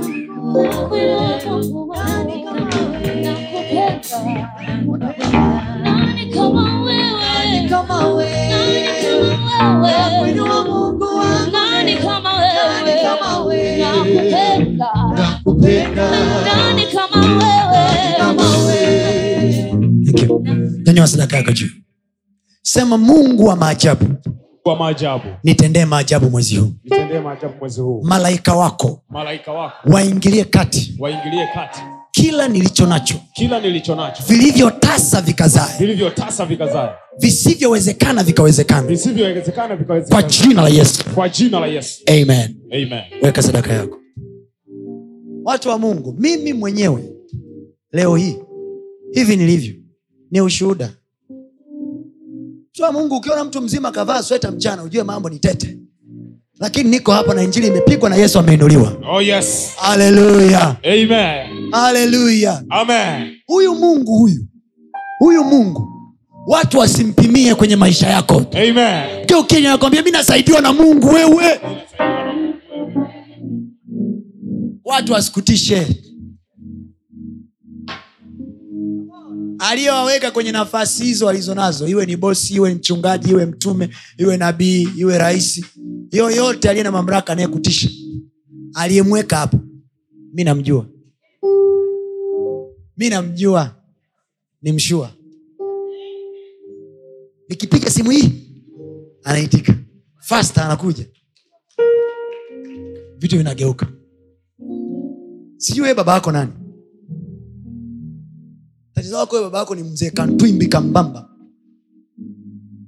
Speaker 1: Thank you. nyanyua sadaka yako juu sema mungu wa maajabu
Speaker 2: kwa maajabu
Speaker 1: nitendee maajabu mwezi huu
Speaker 2: nitendee maajabu mwezi huu
Speaker 1: malaika wako
Speaker 2: malaika wako
Speaker 1: waingilie kati
Speaker 2: waingilie kati
Speaker 1: kila nilicho nacho
Speaker 2: kila nilicho nacho
Speaker 1: vilivyotasa vikazae
Speaker 2: vilivyotasa vikazae
Speaker 1: visivyowezekana vikawezekana
Speaker 2: visivyowezekana
Speaker 1: kwa
Speaker 2: vikawezekana
Speaker 1: jina la yesu
Speaker 2: kwa jina la yesu
Speaker 1: amen
Speaker 2: amen
Speaker 1: weka sadaka yako watu wa mungu mimi mwenyewe leo hii hivi nilivyo ni ushuhuda mtu wa mungu ukiona mtu mzima kavaa sweta mchana ujue mambo ni tete lakini niko hapa na injili imepigwa na yesu ameinuliwa
Speaker 2: oh yes
Speaker 1: haleluya
Speaker 2: amen
Speaker 1: haleluya
Speaker 2: amen
Speaker 1: huyu mungu huyu huyu mungu watu wasimpimie kwenye maisha yako
Speaker 2: amen
Speaker 1: Kio Kenya nakwambia mi nasaidiwa na mungu wewe watu wasikutishe aliyowaweka kwenye nafasi hizo alizonazo iwe ni bosi iwe ni mchungaji iwe mtume iwe nabii iwe rais yoyote aliye na mamlaka anayekutisha aliyemweka hapo mi namjua mi namjua ni mshua nikipiga simu hii anaitika fasta anakuja vitu vinageuka sijui wewe baba yako nani tatizo wako wewe baba yako ni mzee kantwimbi kambamba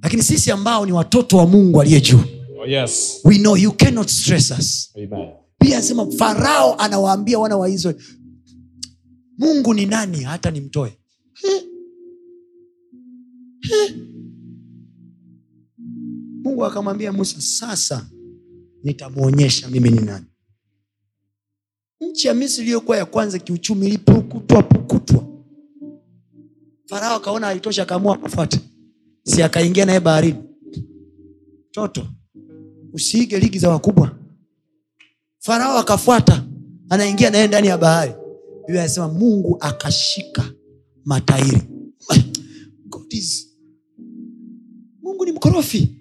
Speaker 1: lakini sisi ambao ni watoto wa mungu aliye juu
Speaker 2: oh yes
Speaker 1: we know you cannot stress us
Speaker 2: amen
Speaker 1: pia anasema farao anawaambia wana wa israeli mungu ni nani hata nimtoe He? He? mungu akamwambia musa sasa nitamwonyesha mimi ni nani nchi ya misri iliyokuwa ya kwanza kiuchumi ilipukutwa pukutwa farao akaona alitosha akaamua kufuata si akaingia naye baharini toto usiige ligi za wakubwa farao akafuata anaingia naye ndani ya bahari biblia anasema mungu akashika matairi [clears throat] God is... mungu ni mkorofi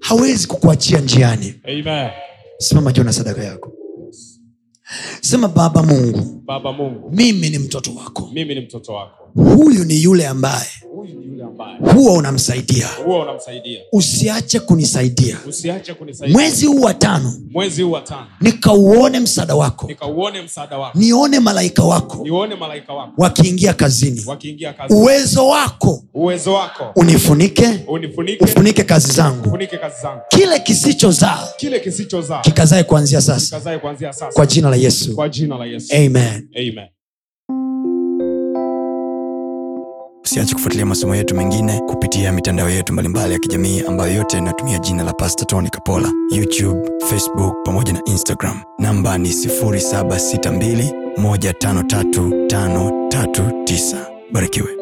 Speaker 1: hawezi kukuachia njiani
Speaker 2: amen
Speaker 1: simama juu na sadaka yako sema baba mungu
Speaker 2: baba mungu
Speaker 1: mimi ni mtoto wako
Speaker 2: mimi ni mtoto wako
Speaker 1: huyu ni yule ambaye
Speaker 2: huyu ni yule ambaye
Speaker 1: huwa unamsaidia
Speaker 2: huwa unamsaidia
Speaker 1: usiache kunisaidia
Speaker 2: usiache kunisaidia
Speaker 1: mwezi huu wa tano
Speaker 2: mwezi huu wa tano
Speaker 1: nikauone msaada wako
Speaker 2: nikauone msaada wako
Speaker 1: nione malaika wako
Speaker 2: nione malaika wako
Speaker 1: wakiingia kazini
Speaker 2: wakiingia kazi
Speaker 1: uwezo wako
Speaker 2: uwezo wako
Speaker 1: unifunike
Speaker 2: unifunike
Speaker 1: ufunike kazi zangu
Speaker 2: ufunike kazi zangu
Speaker 1: kile kisichozaa
Speaker 2: kile kisichozaa
Speaker 1: kikazae kuanzia sasa
Speaker 2: kazae kuanzia sasa
Speaker 1: kwa jina la yesu
Speaker 2: kwa jina la yesu
Speaker 1: amen
Speaker 2: amen
Speaker 4: usiache kufuatilia masomo yetu mengine kupitia mitandao yetu mbalimbali ya kijamii ambayo yote inatumia jina la pasta tony kapola youtube facebook pamoja na instagram namba ni 762153539 barikiwe